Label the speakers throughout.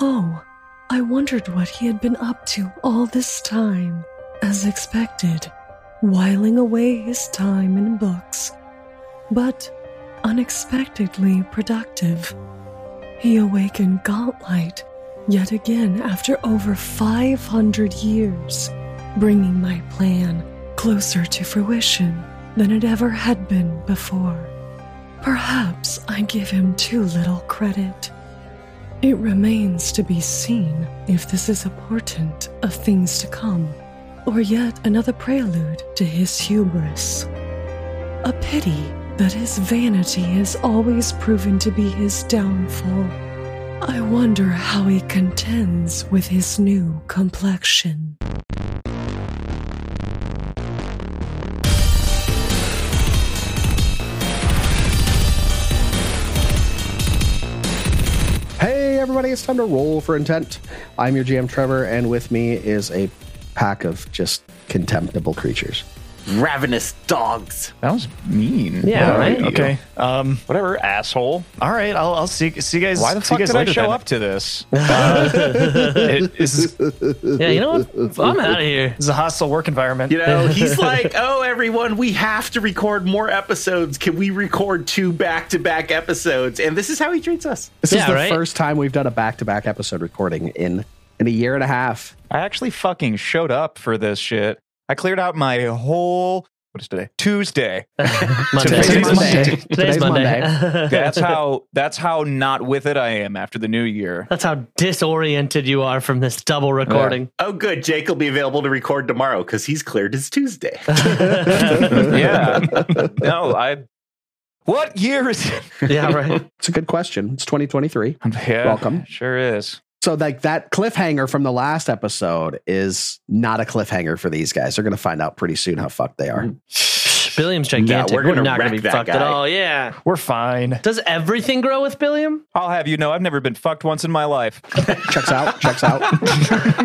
Speaker 1: Oh, I wondered what he had been up to all this time, as expected, whiling away his time in books, but unexpectedly productive. He awakened Gauntlight yet again after over 500 years, bringing my plan closer to fruition than it ever had been before. Perhaps I give him too little credit. It remains to be seen if this is a portent of things to come, or yet another prelude to his hubris. A pity that his vanity has always proven to be his downfall. I wonder how he contends with his new complexion.
Speaker 2: Hey, everybody, it's time to roll for intent. I'm your GM, Trevor, and with me is a pack of just contemptible creatures.
Speaker 3: Ravenous dogs.
Speaker 4: That was mean.
Speaker 5: Yeah,
Speaker 4: All
Speaker 5: right.
Speaker 4: Okay. Um,
Speaker 5: Whatever, asshole.
Speaker 4: all right. I'll, I'll see, see you guys.
Speaker 5: Why the
Speaker 4: see
Speaker 5: fuck
Speaker 4: you guys
Speaker 5: did I
Speaker 4: later
Speaker 5: show
Speaker 4: then. Uh,
Speaker 5: up to this?
Speaker 4: It- this, is, this
Speaker 6: Yeah, you know what? I'm out of here.
Speaker 4: is a hostile work environment.
Speaker 3: You know, he's like, oh, everyone, we have to record more episodes. Can we record two back to back episodes? And this is how he treats us.
Speaker 2: This is
Speaker 6: Yeah,
Speaker 2: the
Speaker 6: right?
Speaker 2: first time we've done a back to back episode recording in, in a year and a half.
Speaker 4: I actually fucking showed up for this shit. I cleared out my whole what is today? Tuesday.
Speaker 6: Monday.
Speaker 4: Today's Monday.
Speaker 6: Today's
Speaker 2: Today's
Speaker 6: Monday. Uh,
Speaker 4: That's how that's how not with it I am after the new year.
Speaker 6: That's how disoriented you are from this double recording.
Speaker 3: Oh, good. Jake will be available to record tomorrow because he's cleared his Tuesday.
Speaker 4: yeah. No, I What year is it?
Speaker 6: Yeah, right.
Speaker 2: It's a good question. It's 2023.
Speaker 4: Yeah,
Speaker 2: Welcome.
Speaker 4: Sure is.
Speaker 2: So, like that cliffhanger from the last episode is not a cliffhanger for these guys. They're going to find out pretty soon how fucked they are.
Speaker 6: Billiam's gigantic.
Speaker 3: we're
Speaker 6: we're,
Speaker 3: gonna
Speaker 6: not going to
Speaker 3: wreck
Speaker 6: be
Speaker 3: that
Speaker 6: fucked at
Speaker 3: guy.
Speaker 6: all. Yeah.
Speaker 4: We're fine.
Speaker 6: Does everything grow with Billiam?
Speaker 4: I'll have you know I've never been fucked once in my life.
Speaker 2: Checks out, checks out,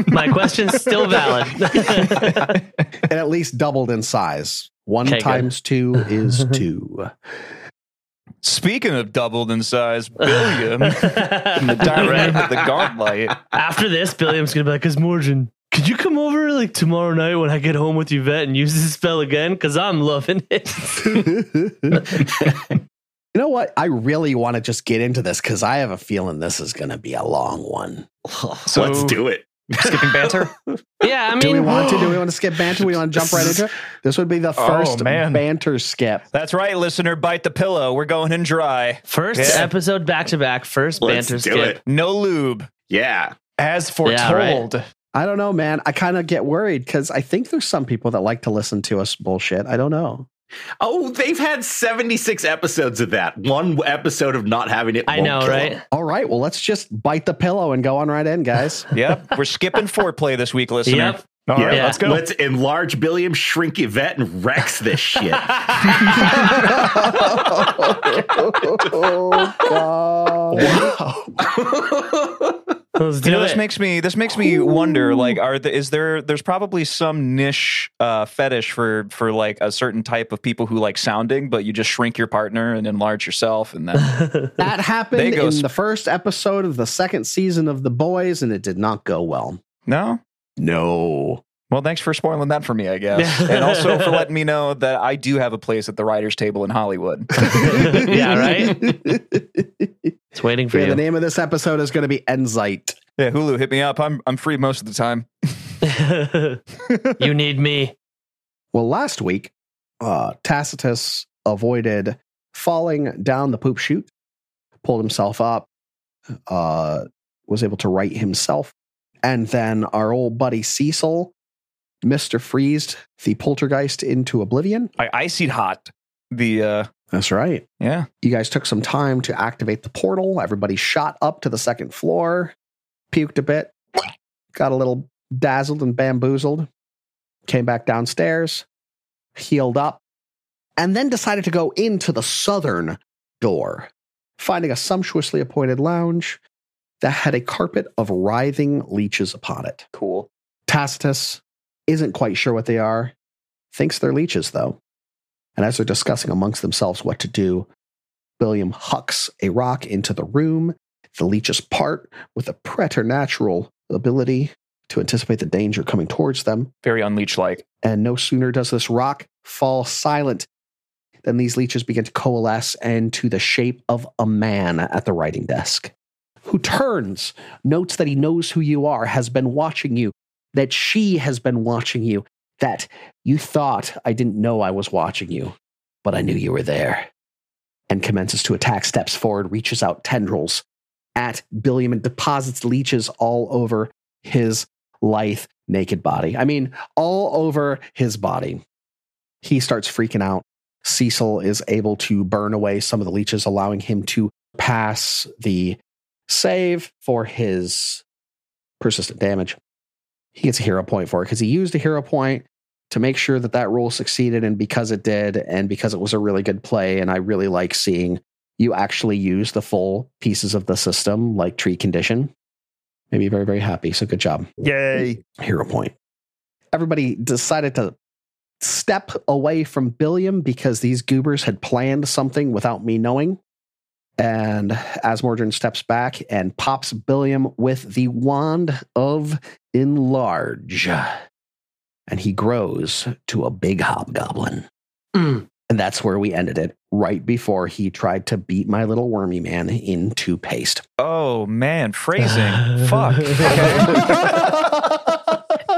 Speaker 6: My question's still valid.
Speaker 2: and at least doubled in size. One
Speaker 6: Okay, good.
Speaker 2: times two is two.
Speaker 4: Speaking of doubled in size, billion the diamond of the gauntlet.
Speaker 6: After this, Billiam's going to be like, "Is Morgan, could you come over like tomorrow night when I get home with Yvette and use this spell again? Because I'm loving it."
Speaker 2: You know what? I really want to just get into this because I have a feeling this is going to be a long one.
Speaker 4: So-
Speaker 3: Let's do it.
Speaker 4: Skipping banter?
Speaker 6: yeah, I mean,
Speaker 2: Do we want to? Do we want to skip banter? We want to jump right into it. This would be the
Speaker 4: Oh,
Speaker 2: first
Speaker 4: man.
Speaker 2: banter skip.
Speaker 4: That's right, listener. Bite the pillow. We're going in dry.
Speaker 6: First
Speaker 4: Yeah.
Speaker 6: episode back to back, first
Speaker 3: Let's
Speaker 6: banter
Speaker 3: do
Speaker 6: skip.
Speaker 3: it.
Speaker 4: No lube.
Speaker 3: Yeah.
Speaker 4: As
Speaker 6: Yeah, right.
Speaker 4: foretold.
Speaker 2: I don't know, man. I kind of get worried because I think there's some people that like to listen to us bullshit. I don't know.
Speaker 3: Oh, they've had 76 episodes of that. One episode of not having it.
Speaker 6: I
Speaker 3: won't
Speaker 6: know,
Speaker 3: kill
Speaker 6: right?
Speaker 3: them.
Speaker 2: All right. Well, let's just bite the pillow and go on right in, guys.
Speaker 4: Yep. We're skipping foreplay this week, listener.
Speaker 6: Yep.
Speaker 4: All right,
Speaker 6: Yeah.
Speaker 4: let's go.
Speaker 3: Let's enlarge Billiam, shrink Yvette, and Rex this shit.
Speaker 2: oh, God.
Speaker 6: Let's do
Speaker 4: you know, this
Speaker 6: it.
Speaker 4: makes me this makes me wonder. Like, are the, is there there's probably some niche uh, fetish for for like a certain type of people who like sounding, but you just shrink your partner and enlarge yourself, and then
Speaker 2: That
Speaker 4: They
Speaker 2: happened
Speaker 4: go
Speaker 2: in
Speaker 4: sp-
Speaker 2: the first episode of the second season of The Boys, and it did not go well.
Speaker 4: no.
Speaker 2: No.
Speaker 4: Well, thanks for spoiling that for me, I guess, and also for letting me know that I do have a place at the writers' table in Hollywood.
Speaker 6: yeah, right? It's waiting for
Speaker 2: Yeah, the
Speaker 6: you.
Speaker 2: name of this episode is going to be Enzite.
Speaker 4: yeah, Hulu, hit me up. I'm I'm free most of the time.
Speaker 6: you need me.
Speaker 2: Well, last week, uh, Tacitus avoided falling down the poop chute, pulled himself up, uh, was able to right himself. And then our old buddy Cecil, Mr. Freezed, the poltergeist into oblivion.
Speaker 4: I icy hot the uh,
Speaker 2: That's right.
Speaker 4: yeah
Speaker 2: You guys took some time to activate the portal. Everybody shot up to the second floor, puked a bit, got a little dazzled and bamboozled, came back downstairs, healed up, and then decided to go into the southern door, finding a sumptuously appointed lounge that had a carpet of writhing leeches upon it.
Speaker 4: cool.
Speaker 2: Tacitus isn't quite sure what they are, thinks they're leeches, though. And as they're discussing amongst themselves what to do, William hucks a rock into the room, The leeches part with a preternatural ability to anticipate the danger coming towards them.
Speaker 4: Very unleech like.
Speaker 2: And no sooner does this rock fall silent than these leeches begin to coalesce into the shape of a man at the writing desk who turns, notes that he knows who you are, has been watching you, that she has been watching you, that you thought I didn't know I was watching you, but I knew you were there, and commences to attack, steps forward, reaches out tendrils at Billiam and deposits leeches all over his lithe, naked body. I mean, all over his body. He starts freaking out. Cecil is able to burn away some of the leeches, allowing him to pass the save for his persistent damage. He gets a hero point for it because he used a hero point to make sure that that roll succeeded. And because it did, and because it was a really good play, and I really like seeing you actually use the full pieces of the system, like tree condition, made me very, very happy. So good job.
Speaker 5: Yay.
Speaker 2: Hero point. Everybody decided to step away from Billiam because these goobers had planned something without me knowing. And as Mordrin steps back and pops Billiam with the wand of enlarge, and he grows to a big hobgoblin. And that's where we ended it, right before he tried to beat my little wormy man into paste.
Speaker 4: Oh man, phrasing. Fuck.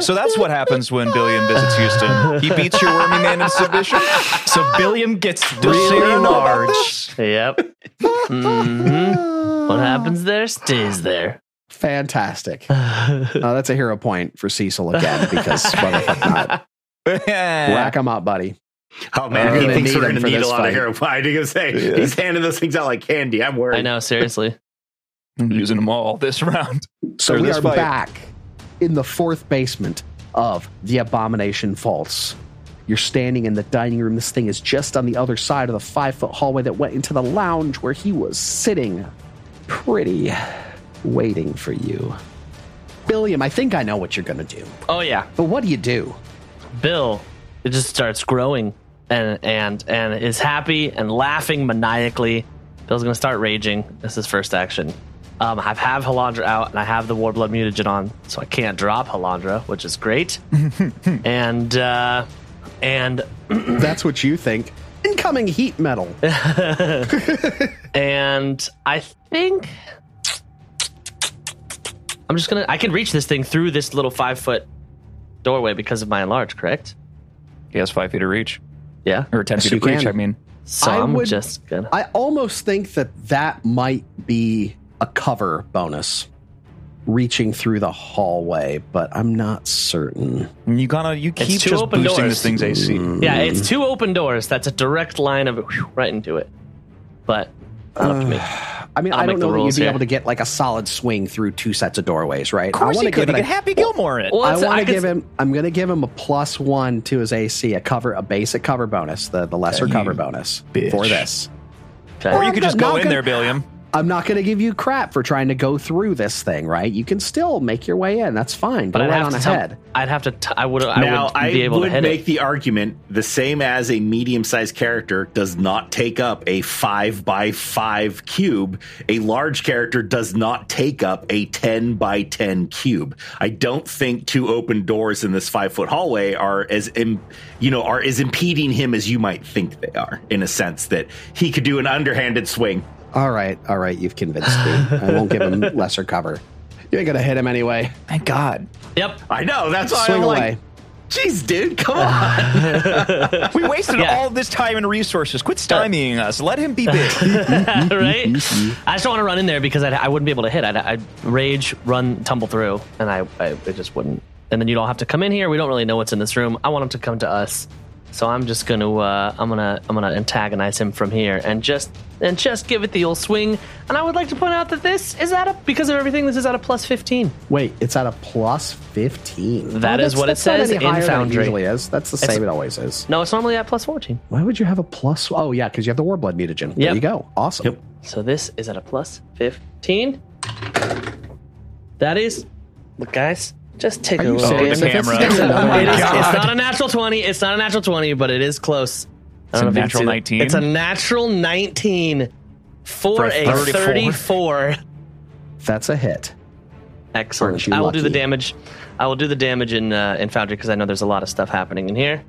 Speaker 4: So that's what happens when Billiam visits Houston. He beats your wormy man in submission.
Speaker 5: So Billiam gets
Speaker 4: Really
Speaker 5: really large.
Speaker 4: large.
Speaker 6: Yep. Mhm. What happens there stays there.
Speaker 2: Fantastic. Now that's a hero point for Cecil again because motherfuck not. Rack him up, buddy.
Speaker 3: Oh man,
Speaker 2: We're
Speaker 3: he
Speaker 2: gonna
Speaker 3: thinks
Speaker 2: need
Speaker 3: we're
Speaker 2: him
Speaker 3: gonna
Speaker 2: for
Speaker 3: need a
Speaker 2: this
Speaker 3: lot
Speaker 2: fight.
Speaker 3: of hero. I didn't even say he's handing those things out like candy. I'm worried.
Speaker 6: I know, seriously.
Speaker 4: I'm using them all this round.
Speaker 2: So
Speaker 4: Or
Speaker 2: we
Speaker 4: this
Speaker 2: are
Speaker 4: fight.
Speaker 2: back in the fourth basement of the Abomination Falls. You're standing in the dining room. This thing is just on the other side of the five foot hallway that went into the lounge where he was sitting, pretty, waiting for you. Billiam, I think I know what you're going to do.
Speaker 6: Oh yeah.
Speaker 2: But what do you do?
Speaker 6: Bill, it just starts growing and and and is happy and laughing maniacally. Bill's gonna start raging. That's his first action. Um, I have Halandra out and I have the Warblood mutagen on, so I can't drop Halandra, which is great. and uh, and
Speaker 2: That's what you think. Incoming heat metal.
Speaker 6: and I think I'm just gonna. I can reach this thing through this little five foot doorway because of my enlarge, correct?
Speaker 4: He has five feet of reach.
Speaker 6: Yeah.
Speaker 4: Or ten
Speaker 2: Yes,
Speaker 4: feet
Speaker 2: you
Speaker 4: of reach,
Speaker 2: can.
Speaker 4: I mean.
Speaker 6: So
Speaker 2: I
Speaker 6: I am
Speaker 2: would-
Speaker 6: just gonna.
Speaker 2: I almost think that that might be a cover bonus, reaching through the hallway, but I'm not certain.
Speaker 4: You gotta you keep
Speaker 6: two
Speaker 4: just
Speaker 6: open
Speaker 4: boosting
Speaker 6: doors.
Speaker 4: this thing's AC.
Speaker 2: Mm.
Speaker 6: Yeah, it's two open doors. That's a direct line of whew, right into it. But not up to me.
Speaker 2: I mean,
Speaker 6: I'll
Speaker 2: I'll I do
Speaker 6: make
Speaker 2: not know
Speaker 6: the
Speaker 2: that you'd
Speaker 6: rules
Speaker 2: be
Speaker 6: here.
Speaker 2: able to get like a solid swing through two sets of doorways, right?
Speaker 4: Of course
Speaker 2: I
Speaker 4: he
Speaker 2: wanna
Speaker 4: could.
Speaker 2: give
Speaker 4: He
Speaker 2: it
Speaker 4: could
Speaker 2: a-
Speaker 4: Happy Gilmore it.
Speaker 6: Well,
Speaker 2: I
Speaker 6: it's-
Speaker 2: want to
Speaker 6: could-
Speaker 2: give him. I'm going to give him a plus one to his AC, a cover, a basic cover bonus, the, the lesser
Speaker 4: You
Speaker 2: cover bonus for this.
Speaker 6: Okay.
Speaker 4: Or you could just
Speaker 2: Now
Speaker 4: go
Speaker 2: can-
Speaker 4: in there, Billiam.
Speaker 2: I'm not going to give you crap for trying to go through this thing, right? You can still make your way in. That's fine. Go
Speaker 6: But I'd
Speaker 2: right
Speaker 6: have,
Speaker 2: on
Speaker 6: to tell-
Speaker 2: ahead.
Speaker 6: I'd have to. T- I would. I
Speaker 3: now
Speaker 6: would
Speaker 3: I
Speaker 6: be able to
Speaker 3: would
Speaker 6: hit
Speaker 3: make
Speaker 6: it.
Speaker 3: the argument the same as a medium-sized character does not take up a five by five cube. A large character does not take up a ten by ten cube. I don't think two open doors in this five-foot hallway are as Im- you know are as impeding him as you might think they are. In a sense that he could do an underhanded swing.
Speaker 2: All right, all right, you've convinced me. I won't give him lesser cover. You ain't gonna hit him anyway.
Speaker 4: Thank God.
Speaker 6: Yep.
Speaker 3: I know that's why
Speaker 2: Swing
Speaker 3: I'm
Speaker 2: away.
Speaker 3: like, jeez, dude, come on.
Speaker 4: We wasted
Speaker 6: Yeah.
Speaker 4: all this time and resources. Quit stymieing us. Let him be big.
Speaker 6: right. I just don't want to run in there because I'd, I wouldn't be able to hit. I'd, I'd rage, run, tumble through, and I, I it just wouldn't. And then you don't have to come in here. We don't really know what's in this room. I want him to come to us. So I'm just gonna uh, I'm gonna I'm gonna antagonize him from here and just and just give it the old swing. And I would like to point out that this is at a because of everything this is at a plus 15.
Speaker 2: Wait, it's at a plus fifteen. Oh,
Speaker 6: That
Speaker 2: That is
Speaker 6: is what it says in Foundry.
Speaker 2: usually is. That's the
Speaker 6: It's-
Speaker 2: same. It always is.
Speaker 6: No, it's normally at plus 14.
Speaker 2: Why would you have a plus? Oh yeah, because you have the Warblood mutagen. There
Speaker 6: Yep.
Speaker 2: you go. Awesome.
Speaker 3: Yep.
Speaker 6: So this is at a plus 15. That is, look, guys, just take
Speaker 2: Are
Speaker 6: a
Speaker 2: you
Speaker 6: look.
Speaker 2: serious?
Speaker 4: the
Speaker 6: It is-
Speaker 2: If
Speaker 4: camera.
Speaker 2: that's-
Speaker 4: Oh
Speaker 2: another
Speaker 4: my
Speaker 2: one.
Speaker 6: it's
Speaker 4: God.
Speaker 6: not a natural 20. It's not a natural 20, but it is close. I
Speaker 4: It's
Speaker 6: don't
Speaker 4: a
Speaker 6: know if you can
Speaker 4: natural
Speaker 6: see that.
Speaker 4: 19?
Speaker 6: It's a natural 19 for,
Speaker 4: For a
Speaker 6: a
Speaker 4: 34.
Speaker 6: 34.
Speaker 2: That's a hit. Aren't
Speaker 6: Excellent.
Speaker 2: you
Speaker 6: I will do the
Speaker 2: lucky?
Speaker 6: damage. I will do the damage in uh, in Foundry because I know there's a lot of stuff happening in here.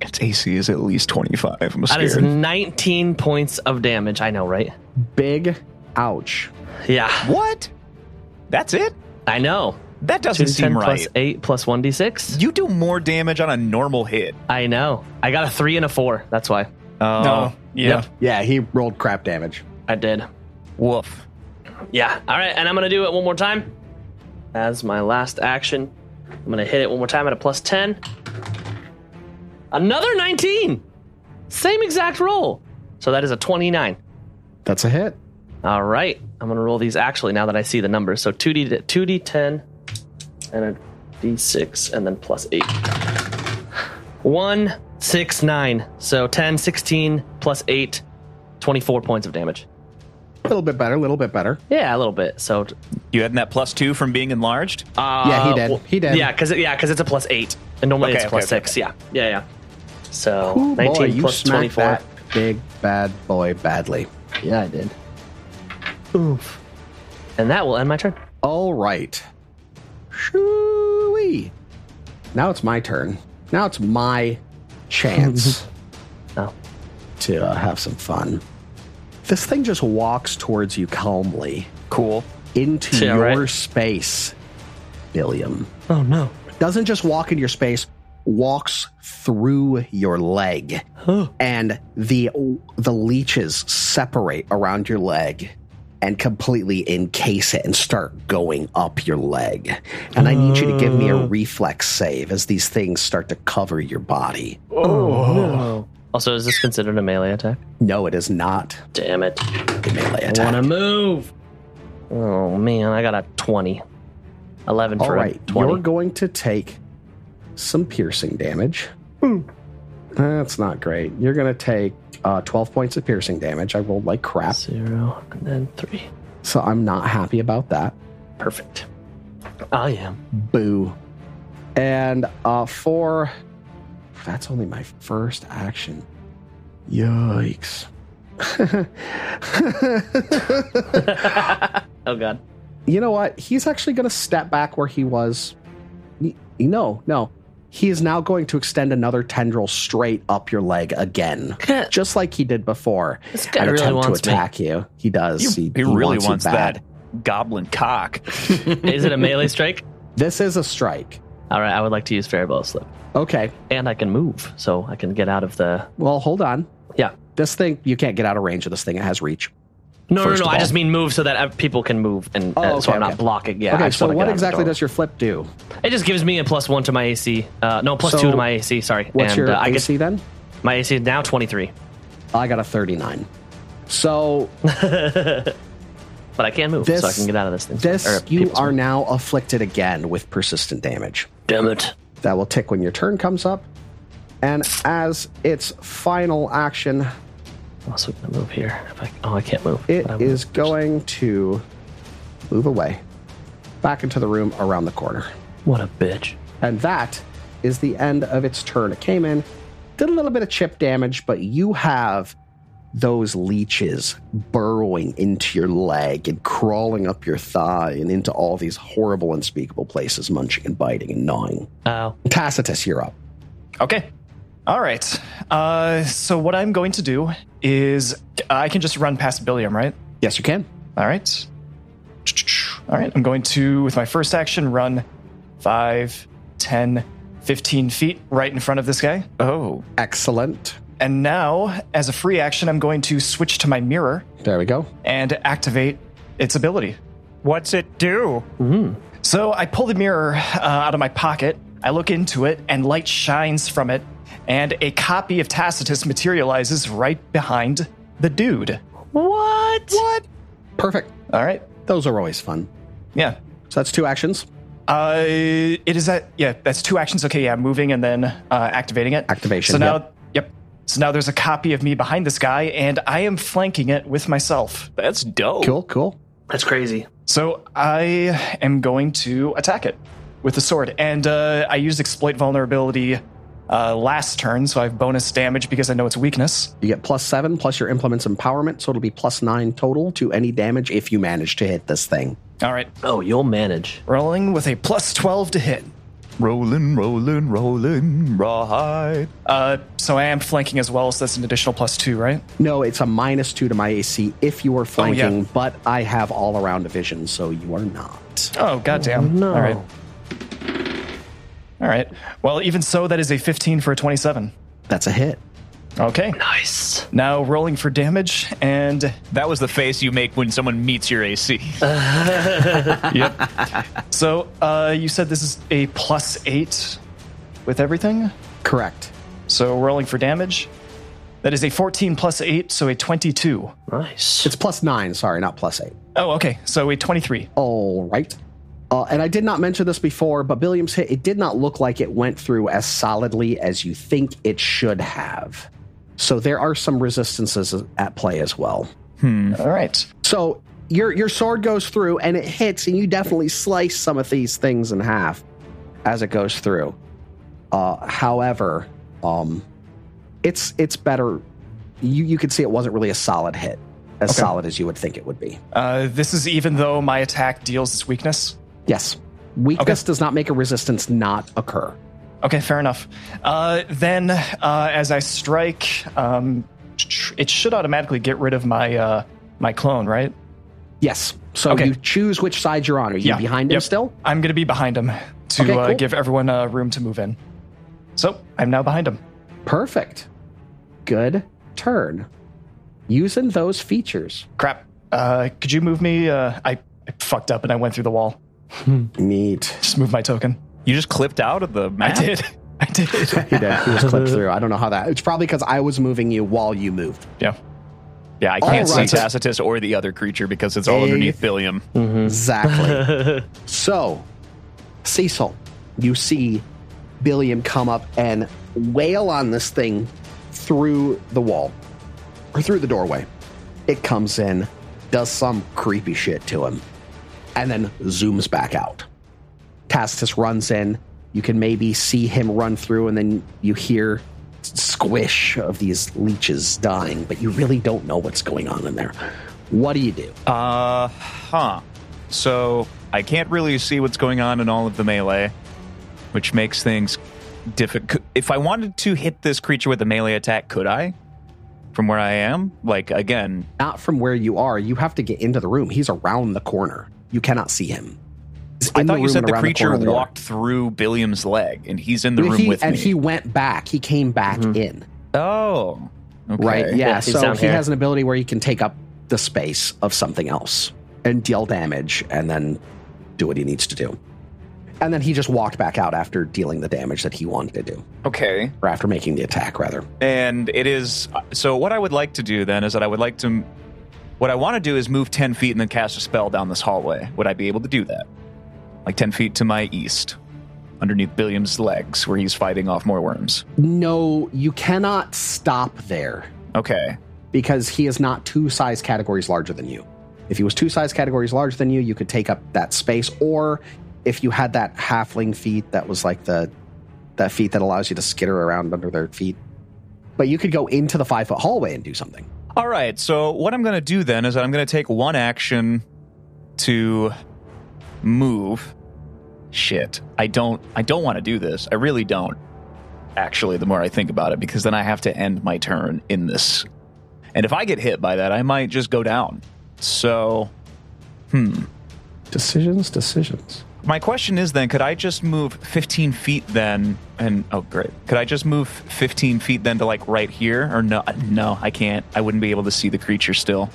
Speaker 4: Its AC is at least 25. I'm
Speaker 6: That is
Speaker 4: scared.
Speaker 6: 19 points of damage. I know, right?
Speaker 2: Big ouch.
Speaker 6: Yeah,
Speaker 4: what? That's it?
Speaker 6: I know.
Speaker 4: That
Speaker 6: Two
Speaker 4: doesn't
Speaker 6: d
Speaker 4: seem right.
Speaker 6: plus eight plus one d six.
Speaker 4: You do more damage on a normal hit.
Speaker 6: I know. I got a three and a four. That's why
Speaker 4: Oh,
Speaker 5: No. Yeah.
Speaker 6: Yep.
Speaker 2: Yeah, he rolled crap damage.
Speaker 6: I did.
Speaker 4: woof.
Speaker 6: Yeah. All right, and I'm gonna do it one more time as my last action. I'm gonna hit it one more time at a plus ten. Another 19. Same exact roll. So that is a 29.
Speaker 2: That's a hit.
Speaker 6: All right, I'm gonna roll these actually now that I see the numbers. So two d two d ten, and a d six, and then plus eight. One, six, nine. So 10, 16, plus 8, 24 points of damage.
Speaker 2: A little bit better, a little bit better.
Speaker 6: Yeah, a little bit. So, uh,
Speaker 4: You had that plus two from being enlarged? Ah,
Speaker 2: yeah, he did.
Speaker 6: well,
Speaker 2: he did.
Speaker 6: yeah, because yeah, because it's a plus eight, and normally
Speaker 4: Okay,
Speaker 6: it's
Speaker 4: okay,
Speaker 6: plus
Speaker 4: okay,
Speaker 6: six. Yeah, yeah, yeah. So
Speaker 2: Ooh,
Speaker 6: nineteen
Speaker 2: boy, you
Speaker 6: plus
Speaker 2: smacked
Speaker 6: twenty four.
Speaker 2: that big bad boy badly.
Speaker 6: Yeah, I did. Oof. And that will end my turn.
Speaker 2: All right. Shoo-wee. Now it's my turn. Now it's my chance
Speaker 6: Oh,
Speaker 2: to uh, have some fun. This thing just walks towards you calmly
Speaker 4: Cool.
Speaker 2: into
Speaker 6: Yeah,
Speaker 2: your
Speaker 6: right.
Speaker 2: space, Billiam.
Speaker 6: oh no.
Speaker 2: doesn't just walk in your space walks through your leg and the the leeches separate around your leg and completely encase it and start going up your leg and i need you to give me a reflex save as these things start to cover your body
Speaker 6: Oh,
Speaker 2: Oh,
Speaker 6: Also, is this considered a melee attack?
Speaker 2: no it is not
Speaker 6: Damn it.
Speaker 2: a melee
Speaker 6: I want to
Speaker 2: attack
Speaker 6: move. Oh, man. I got a 20. 11
Speaker 2: all
Speaker 6: for a
Speaker 2: right
Speaker 6: 20.
Speaker 2: you're going to take some piercing damage that's not great you're going to take uh, 12 points of piercing damage i rolled like crap
Speaker 6: Zero and then three.
Speaker 2: So I'm not happy about that.
Speaker 6: Perfect. I am.
Speaker 2: Boo. And uh for that's only my first action. Yikes.
Speaker 6: Oh, God.
Speaker 2: You know what? He's actually going to step back where he was. Y- No, no. He is now going to extend another tendril straight up your leg again, just like he did before,
Speaker 6: This guy
Speaker 2: and
Speaker 6: really
Speaker 2: attempt to
Speaker 6: wants me.
Speaker 2: attack you. He does.
Speaker 4: You-
Speaker 2: he,
Speaker 4: he,
Speaker 2: he
Speaker 4: really
Speaker 2: wants,
Speaker 4: wants,
Speaker 2: you bad.
Speaker 4: that goblin cock.
Speaker 6: Is it a melee strike?
Speaker 2: This is a strike.
Speaker 6: All right. I would like to use Faribault Slip.
Speaker 2: Okay.
Speaker 6: And I can move, so I can get out of the.
Speaker 2: Well, hold on.
Speaker 6: Yeah.
Speaker 2: This thing, you can't get out of range of this thing. It has reach.
Speaker 6: No,
Speaker 2: First
Speaker 6: no,
Speaker 2: of
Speaker 6: no. I
Speaker 2: all.
Speaker 6: just mean move so that uh, people can move, and uh,
Speaker 2: Oh,
Speaker 6: so
Speaker 2: okay,
Speaker 6: I'm
Speaker 2: okay.
Speaker 6: not blocking. Yeah. I
Speaker 2: okay,
Speaker 6: just
Speaker 2: so
Speaker 6: wanna get
Speaker 2: what
Speaker 6: out of the
Speaker 2: exactly
Speaker 6: door.
Speaker 2: does your flip do?
Speaker 6: It just gives me a plus one to my AC. Uh, no, plus
Speaker 2: So
Speaker 6: two to my AC. Sorry.
Speaker 2: What's
Speaker 6: and
Speaker 2: your
Speaker 6: uh, I get,
Speaker 2: AC then?
Speaker 6: my AC is now 23,
Speaker 2: I got a 39. So
Speaker 6: but I can move,
Speaker 2: This-
Speaker 6: so I can get out of this thing.
Speaker 2: this,
Speaker 6: Or
Speaker 2: you
Speaker 6: people's
Speaker 2: are now afflicted again with persistent damage.
Speaker 6: Damn it.
Speaker 2: That will tick when your turn comes up. And as its final action,
Speaker 6: I'm also going to move here. If I, oh, I can't move.
Speaker 2: it
Speaker 6: But I will.
Speaker 2: is going to move away back into the room around the corner.
Speaker 6: What a bitch.
Speaker 2: And that is the end of its turn. It came in, did a little bit of chip damage, but you have those leeches burrowing into your leg and crawling up your thigh and into all these horrible, unspeakable places, munching and biting and gnawing.
Speaker 6: Oh.
Speaker 2: Tacitus, you're up.
Speaker 5: Okay. All right. Uh, so what I'm going to do is I can just run past Billiam, right?
Speaker 2: Yes, you can.
Speaker 5: All right. All right. I'm going to, with my first action, run 5, 10, 15 feet right in front of this guy.
Speaker 4: Oh.
Speaker 2: Excellent.
Speaker 5: And now, as a free action, I'm going to switch to my mirror
Speaker 2: There we go.
Speaker 5: and activate its ability.
Speaker 4: What's it do?
Speaker 5: So I pull the mirror uh, out of my pocket. I look into it, and light shines from it, and a copy of Tacitus materializes right behind the dude.
Speaker 6: What?
Speaker 5: What?
Speaker 2: Perfect.
Speaker 5: All right.
Speaker 2: Those are always fun.
Speaker 5: Yeah.
Speaker 2: So that's two actions.
Speaker 5: Uh, it is that. Yeah, that's two actions. Okay, yeah, moving and then uh, activating it.
Speaker 2: Activation,
Speaker 5: So now,
Speaker 2: yep.
Speaker 5: yep. So now there's a copy of me behind this guy, and I am flanking it with myself.
Speaker 4: That's dope.
Speaker 2: Cool, cool.
Speaker 6: That's crazy.
Speaker 5: So I am going to attack it with the sword, and uh, I used exploit vulnerability uh, last turn, so I have bonus damage because I know its weakness.
Speaker 2: You get plus seven plus your implement's empowerment, so it'll be plus nine total to any damage if you manage to hit this thing.
Speaker 5: All right,
Speaker 6: Oh, you'll manage.
Speaker 5: rolling with a plus 12 to hit.
Speaker 4: Rolling, rolling, rolling, rawhide.
Speaker 5: Uh, so I am flanking as well, so that's an additional plus two, right?
Speaker 2: No, it's a minus two to my AC if you are flanking,
Speaker 5: yeah.
Speaker 2: but I have all around division, so you are not.
Speaker 5: Oh, goddamn.
Speaker 6: No.
Speaker 5: All right. All right. Well, even so, that is a 15 for a 27.
Speaker 2: That's a hit.
Speaker 5: Okay.
Speaker 6: Nice.
Speaker 5: Now rolling for damage, and
Speaker 4: That was the face you make when someone meets your AC.
Speaker 2: Uh,
Speaker 5: yep. so uh, you said this is a plus eight with everything.
Speaker 2: Correct.
Speaker 5: So rolling for damage, that is a 14 plus eight, so a 22.
Speaker 6: Nice.
Speaker 2: It's plus nine, sorry, not plus eight.
Speaker 5: Oh, okay. So a 23.
Speaker 2: All right. Uh, and I did not mention this before, but Billiam's hit, it did not look like it went through as solidly as you think it should have. So there are some resistances at play as well.
Speaker 5: All right.
Speaker 2: So your your sword goes through and it hits, and you definitely slice some of these things in half as it goes through. Uh, however, um, it's it's better. You you could see it wasn't really a solid hit, as solid as you would think it would be.
Speaker 5: Uh, this is even though my attack deals its weakness.
Speaker 2: Yes, weakness does not make a resistance not occur.
Speaker 5: Okay, fair enough. Uh, then, uh, as I strike, um, tr- it should automatically get rid of my uh, my clone, right?
Speaker 2: Yes. So
Speaker 5: Okay.
Speaker 2: you choose which side you're on. Are you
Speaker 5: Yeah.
Speaker 2: behind him
Speaker 5: Yep.
Speaker 2: still?
Speaker 5: I'm going to be behind him to
Speaker 2: Okay,
Speaker 5: uh,
Speaker 2: cool.
Speaker 5: give everyone uh, room to move in. So I'm now behind him.
Speaker 2: Perfect. Good turn. Using those features.
Speaker 5: Crap. Uh, could you move me? Uh, I, I fucked up and I went through the wall.
Speaker 2: Neat.
Speaker 5: Just move my token.
Speaker 4: You just clipped out of the
Speaker 5: I
Speaker 4: map.
Speaker 5: did. I did.
Speaker 2: He did. He was clipped through. I don't know how that. It's probably because I was moving you while you moved.
Speaker 5: yeah.
Speaker 4: Yeah, I can't
Speaker 2: right.
Speaker 4: see Tacitus or the other creature because it's all underneath Billiam.
Speaker 2: Exactly. so, Cecil, you see Billiam come up and wail on this thing through the wall or through the doorway. It comes in, does some creepy shit to him, and then zooms back out. Tacitus runs in. You can maybe see him run through, and then you hear squish of these leeches dying, but you really don't know what's going on in there. What do you do?
Speaker 4: Uh huh. So I can't really see what's going on in all of the melee, which makes things difficult. If I wanted to hit this creature with a melee attack, could I? From where I am? Like, again,
Speaker 2: not from where you are. You have to get into the room. He's around the corner. You cannot see him. He's
Speaker 4: I
Speaker 2: in
Speaker 4: thought you
Speaker 2: room
Speaker 4: said
Speaker 2: and
Speaker 4: the
Speaker 2: around
Speaker 4: creature
Speaker 2: corner of the door.
Speaker 4: walked through Billiam's leg and he's in the room
Speaker 2: he,
Speaker 4: with
Speaker 2: and
Speaker 4: me.
Speaker 2: he went back. He came back in.
Speaker 4: oh. Okay.
Speaker 2: Right. Yeah.
Speaker 6: Yeah, he's
Speaker 2: so
Speaker 6: down
Speaker 2: he
Speaker 6: here.
Speaker 2: has an ability where he can take up the space of something else and deal damage and then do what he needs to do. And then he just walked back out after dealing the damage that he wanted to do,
Speaker 4: Okay.
Speaker 2: or after making the attack, rather.
Speaker 4: And it is so. What I would like to do then is that I would like to. What I want to do is move ten feet and then cast a spell down this hallway. Would I be able to do that? Like ten feet to my east, underneath Billiam's legs, where he's fighting off more worms.
Speaker 2: No, you cannot stop there.
Speaker 4: Okay.
Speaker 2: because he is not two size categories larger than you. If he was two size categories larger than you, you could take up that space. Or if you had that halfling feat that was like the that feat that allows you to skitter around under their feet. But you could go into the five foot hallway and do something.
Speaker 4: All right. So what I'm going to do then is that I'm going to take one action to move. Shit. I don't. I don't want to do this. I really don't. Actually, the more I think about it, because then I have to end my turn in this. And if I get hit by that, I might just go down. So
Speaker 2: Decisions, decisions.
Speaker 4: my question is then, could I just move 15 feet then? And oh, great. Could I just move 15 feet then to like right here? Or no? No, I can't. I wouldn't be able to see the creature still.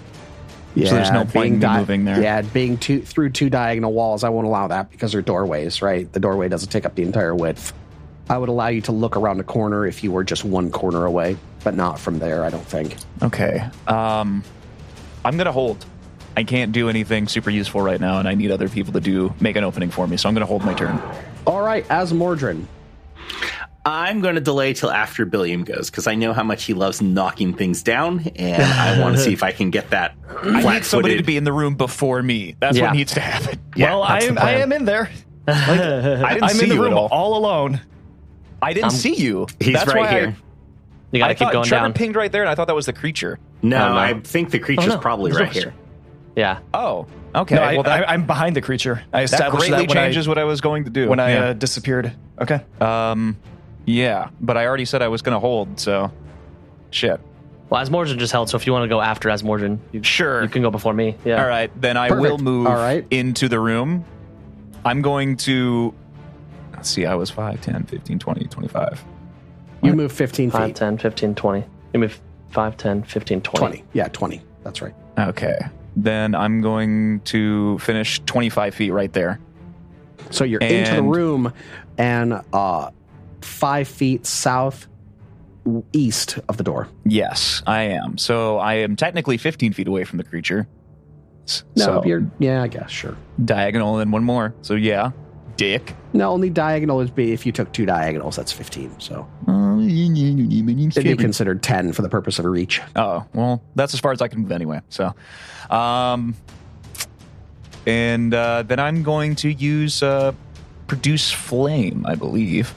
Speaker 2: Yeah,
Speaker 4: So there's no point
Speaker 2: being
Speaker 4: in me moving there.
Speaker 2: Yeah, being two through two diagonal walls, I won't allow that because they're doorways, right? The doorway doesn't take up the entire width. I would allow you to look around a corner if you were just one corner away, but not from there, I don't think.
Speaker 4: Okay. Um, I'm gonna hold. I can't do anything super useful right now, and I need other people to do make an opening for me. So I'm gonna hold my turn.
Speaker 2: All right, as Mordrin,
Speaker 3: I'm going to delay till after Billiam goes because I know how much he loves knocking things down, and I want to see if I can get that.
Speaker 4: I need somebody to
Speaker 3: flat-footed-
Speaker 4: be in the room before me. That's
Speaker 6: Yeah.
Speaker 4: what needs to happen.
Speaker 5: well, I
Speaker 4: that's the
Speaker 5: am, I
Speaker 4: plan.
Speaker 5: am in there.
Speaker 4: I didn't
Speaker 5: I'm
Speaker 4: see
Speaker 5: in the
Speaker 4: you at
Speaker 5: room all.
Speaker 4: all.
Speaker 5: alone. Um,
Speaker 4: I didn't see you.
Speaker 3: He's
Speaker 4: that's
Speaker 3: right
Speaker 4: why
Speaker 3: here.
Speaker 6: You
Speaker 4: I,
Speaker 6: gotta
Speaker 4: I
Speaker 6: keep
Speaker 4: thought
Speaker 6: going
Speaker 4: Trevor
Speaker 6: down.
Speaker 4: pinged right there, and I thought that was the creature.
Speaker 3: no,
Speaker 6: Oh, no.
Speaker 3: I think the creature's
Speaker 6: Oh, no.
Speaker 3: probably
Speaker 6: There's no
Speaker 3: right here.
Speaker 6: creature. Yeah.
Speaker 4: Oh, okay.
Speaker 5: no, I,
Speaker 4: well, that,
Speaker 5: I, am behind the creature. I
Speaker 4: that
Speaker 5: established
Speaker 4: greatly
Speaker 5: that, when
Speaker 4: changes
Speaker 5: I,
Speaker 4: what I was going to do
Speaker 5: when I uh,
Speaker 4: Yeah.
Speaker 5: disappeared. Okay.
Speaker 4: um, yeah, but I already said I was going to hold, so shit.
Speaker 6: Well, Asmorgen just held, so if you want to go after Asmorgen, you,
Speaker 4: Sure.
Speaker 6: you can go before me. Yeah.
Speaker 4: All right, then I
Speaker 2: Perfect.
Speaker 4: will move
Speaker 2: All right.
Speaker 4: into the room. I'm going to let's see, I was 5, 10, 15, 20, 25.
Speaker 2: You move 15
Speaker 6: 5,
Speaker 2: feet.
Speaker 6: 10, 15, 20. Give me 5, 10, 15, 20.
Speaker 2: 20. Yeah, 20. That's right.
Speaker 4: Okay. Then I'm going to finish 25 feet right there.
Speaker 2: So you're into the
Speaker 4: And-
Speaker 2: room, and uh, five feet south east of the door.
Speaker 4: Yes, I am. So I am technically 15 feet away from the creature. S-
Speaker 2: No,
Speaker 4: so
Speaker 2: you're. Yeah, I guess sure.
Speaker 4: diagonal and one more. So yeah, dick.
Speaker 2: No, only diagonal is be if you took two diagonals, that's 15. So it'd be
Speaker 4: Oh
Speaker 2: considered 10 for the purpose of a reach.
Speaker 4: well, that's as far as I can move anyway. So, um, and uh, then I'm going to use uh, produce flame, I believe.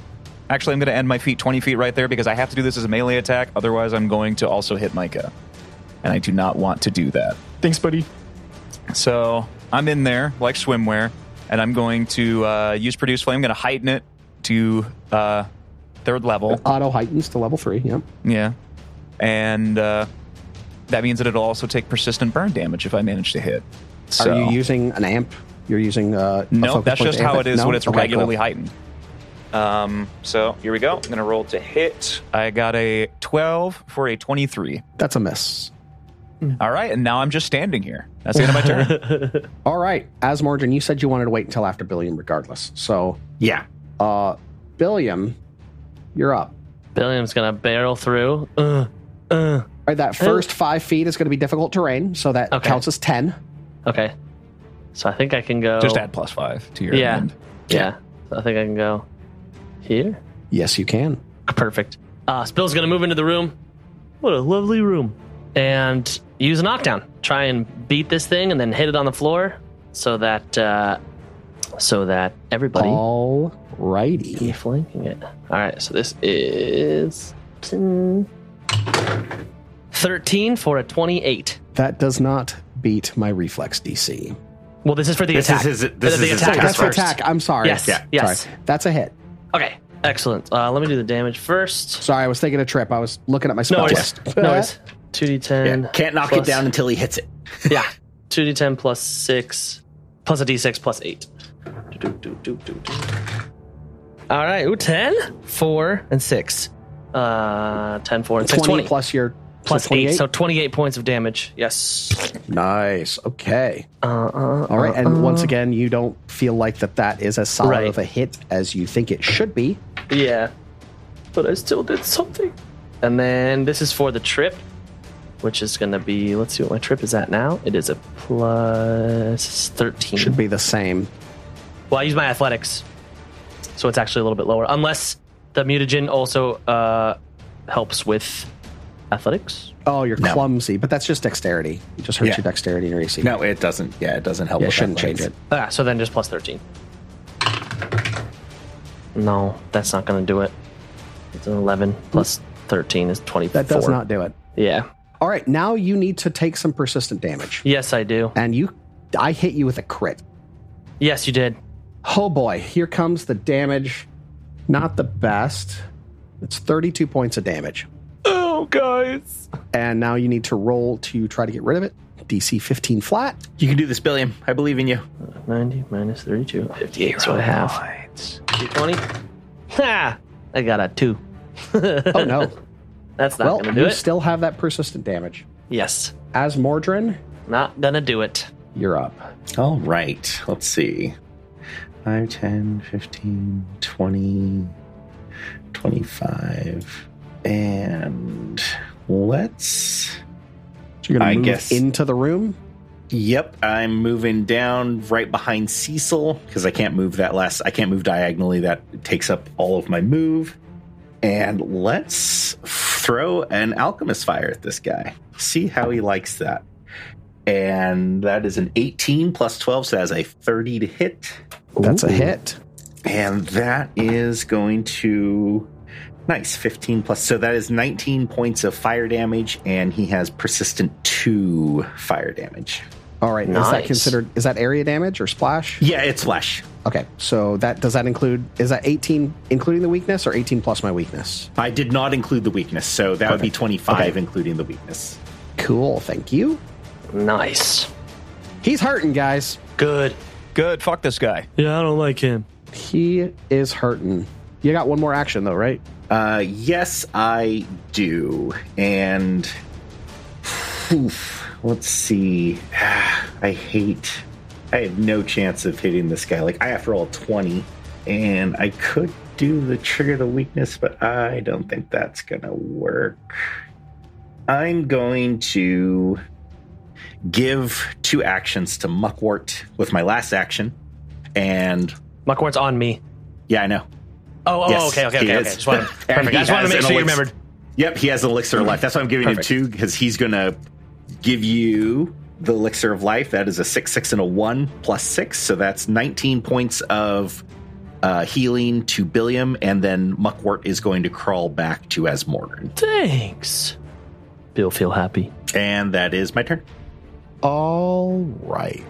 Speaker 4: Actually, I'm going to end my feet 20 feet right there because I have to do this as a melee attack. Otherwise, I'm going to also hit Micah, and I do not want to do that.
Speaker 5: Thanks, buddy.
Speaker 4: So I'm in there like swimwear, and I'm going to uh, use produce flame. I'm going to heighten it to uh, third level.
Speaker 2: Auto heightens to level three. Yep.
Speaker 4: Yeah, and uh, that means that it'll also take persistent burn damage if I manage to hit. So
Speaker 2: Are you using an amp? You're using uh, a
Speaker 4: no,
Speaker 2: focus
Speaker 4: that's
Speaker 2: point
Speaker 4: just
Speaker 2: amp?
Speaker 4: how it is
Speaker 2: No?
Speaker 4: when it's
Speaker 2: Okay,
Speaker 4: regularly
Speaker 2: cool.
Speaker 4: heightened. Um, so here we go. I'm going to roll to hit. I got a 12 for a 23.
Speaker 2: That's a miss.
Speaker 4: All right, and now I'm just standing here. That's the end of my turn.
Speaker 2: All right, Asmorgen, you said you wanted to wait until after Billiam, regardless. So,
Speaker 3: Yeah.
Speaker 2: uh, Billiam, you're up.
Speaker 6: Billiam's going to barrel through. Uh, uh.
Speaker 2: All right, that first five feet is going to be difficult terrain, so that
Speaker 6: Okay.
Speaker 2: counts as ten.
Speaker 6: Okay. So I think I can go.
Speaker 4: just add plus five to your
Speaker 6: Yeah.
Speaker 4: end.
Speaker 6: Yeah. So I think I can go here.
Speaker 2: Yes, you can.
Speaker 6: Perfect. Uh, Spill's going to move into the room. What a lovely room. And use a knockdown. Try and beat this thing and then hit it on the floor so that uh, so that everybody
Speaker 2: All
Speaker 6: can be
Speaker 2: righty.
Speaker 6: flanking it. All right. So this is 13 for a 28.
Speaker 2: That does not beat my reflex DC.
Speaker 6: Well, this is for the
Speaker 3: This is
Speaker 6: attack.
Speaker 3: his- this
Speaker 6: Uh,
Speaker 3: is
Speaker 6: the
Speaker 3: his
Speaker 6: attack.
Speaker 3: attack.
Speaker 2: That's
Speaker 6: is
Speaker 2: for
Speaker 6: first.
Speaker 2: attack. I'm sorry.
Speaker 6: Yes, Yeah. yes.
Speaker 2: Sorry. That's a hit.
Speaker 6: Okay. Excellent. Uh, let me do the damage first.
Speaker 2: Sorry, I was taking a trip. I was looking at my spell
Speaker 6: No worries.
Speaker 2: list.
Speaker 6: No worries. 2d10.
Speaker 3: yeah. Can't knock it
Speaker 6: plus-
Speaker 3: down until he hits it.
Speaker 6: Yeah. 2d10 plus 6, plus a d6 plus 8. Do, do, do, do, do. All right. Ooh, 10, 4, and 6. Uh, 10, 4, and 6.
Speaker 2: 20,
Speaker 6: 20,
Speaker 2: plus your
Speaker 6: plus
Speaker 2: so
Speaker 6: 8.
Speaker 2: 28?
Speaker 6: So 28 points of damage. Yes.
Speaker 2: nice. Okay.
Speaker 6: Uh, uh,
Speaker 2: All right.
Speaker 6: uh,
Speaker 2: And
Speaker 6: uh.
Speaker 2: once again, you don't feel like that that is as solid
Speaker 6: Right.
Speaker 2: of a hit as you think it should be.
Speaker 6: Yeah. But I still did something. And then this is for the trip, which is going to be, let's see what my trip is at now. It is a plus 13.
Speaker 2: Should be the same.
Speaker 6: Well, I use my athletics, so it's actually a little bit lower. Unless the mutagen also uh, helps with athletics.
Speaker 2: Oh, you're
Speaker 3: No.
Speaker 2: clumsy, but that's just dexterity. You just hurt
Speaker 3: Yeah.
Speaker 2: your dexterity and your AC.
Speaker 3: No, it doesn't. Yeah, it doesn't help.
Speaker 2: Yeah,
Speaker 3: with
Speaker 2: shouldn't
Speaker 3: athletics.
Speaker 2: change it.
Speaker 6: Ah, so then just plus 13. No, that's not going to do it. It's an 11 plus 13 is 24.
Speaker 2: That does not do it.
Speaker 6: Yeah.
Speaker 2: All right. Now you need to take some persistent damage.
Speaker 6: Yes, I do.
Speaker 2: And you, I hit you with a crit.
Speaker 6: Yes, you did.
Speaker 2: Oh boy, here comes the damage. Not the best. It's 32 points of damage.
Speaker 6: Oh, guys.
Speaker 2: And now you need to roll to try to get rid of it. DC 15 flat.
Speaker 3: You can do this, Billiam. I believe in you.
Speaker 6: 90 minus 32. 58. That's what I have. 20. Ha! I got a 2.
Speaker 2: Oh no.
Speaker 6: That's not
Speaker 2: well,
Speaker 6: going to do
Speaker 2: you
Speaker 6: it.
Speaker 2: still have that persistent damage.
Speaker 6: yes.
Speaker 2: As Mordrin,
Speaker 6: Not going to do it.
Speaker 2: you're up.
Speaker 3: All right. Let's see. 5, 10, 15, 20, 25. And let's.
Speaker 2: So you're gonna
Speaker 3: I
Speaker 2: move
Speaker 3: guess-
Speaker 2: into the room.
Speaker 3: Yep, I'm moving down right behind Cecil because I can't move that last. I can't move diagonally. That takes up all of my move. And let's throw an alchemist fire at this guy. See how he likes that. And that is an 18 plus 12, so that's a 30 to hit.
Speaker 2: That's a
Speaker 3: Ooh.
Speaker 2: hit.
Speaker 3: And that is going to. Nice, 15 plus. So that is 19 points of fire damage, and he has persistent 2 fire damage.
Speaker 2: All right. Is that
Speaker 6: Nice.
Speaker 2: considered? Is that area damage or splash?
Speaker 3: Yeah, it's flesh.
Speaker 2: Okay. So that does that include? Is that eighteen including the weakness or eighteen plus my weakness?
Speaker 3: I did not include the weakness, so that would be
Speaker 2: Perfect.
Speaker 3: 25
Speaker 2: Okay.
Speaker 3: including the weakness.
Speaker 2: Cool. Thank you.
Speaker 6: Nice.
Speaker 2: He's hurting, guys.
Speaker 6: Good.
Speaker 4: Good. Fuck this guy.
Speaker 6: Yeah, I don't like him.
Speaker 2: He is hurting. You got one more action though, right?
Speaker 3: Uh, yes, I do. And oof, let's see. I hate. I have no chance of hitting this guy. Like I have to roll a twenty, and I could do the trigger the weakness, but I don't think that's gonna work. I'm going to give two actions to Muckwort with my last action, and
Speaker 6: Muckwart's on me.
Speaker 3: yeah, I know.
Speaker 6: Oh, oh
Speaker 3: Yes,
Speaker 6: okay, okay,
Speaker 3: he
Speaker 6: okay. okay.
Speaker 3: is.
Speaker 6: Just wanted,
Speaker 3: And
Speaker 6: perfect.
Speaker 3: he
Speaker 6: I just wanted to
Speaker 3: has an
Speaker 6: make sure you
Speaker 3: elixir.
Speaker 6: remembered.
Speaker 3: Yep, he has an elixir of life. That's why I'm giving
Speaker 2: Perfect.
Speaker 3: him two because he's gonna give you the elixir of life. That is a six, six, and a one plus six, so that's 19 points of uh, healing to Billiam, and then Muckwort is going to crawl back to Asmorgan,
Speaker 6: Thanks. Bill feel happy.
Speaker 3: and that is my turn.
Speaker 2: All right.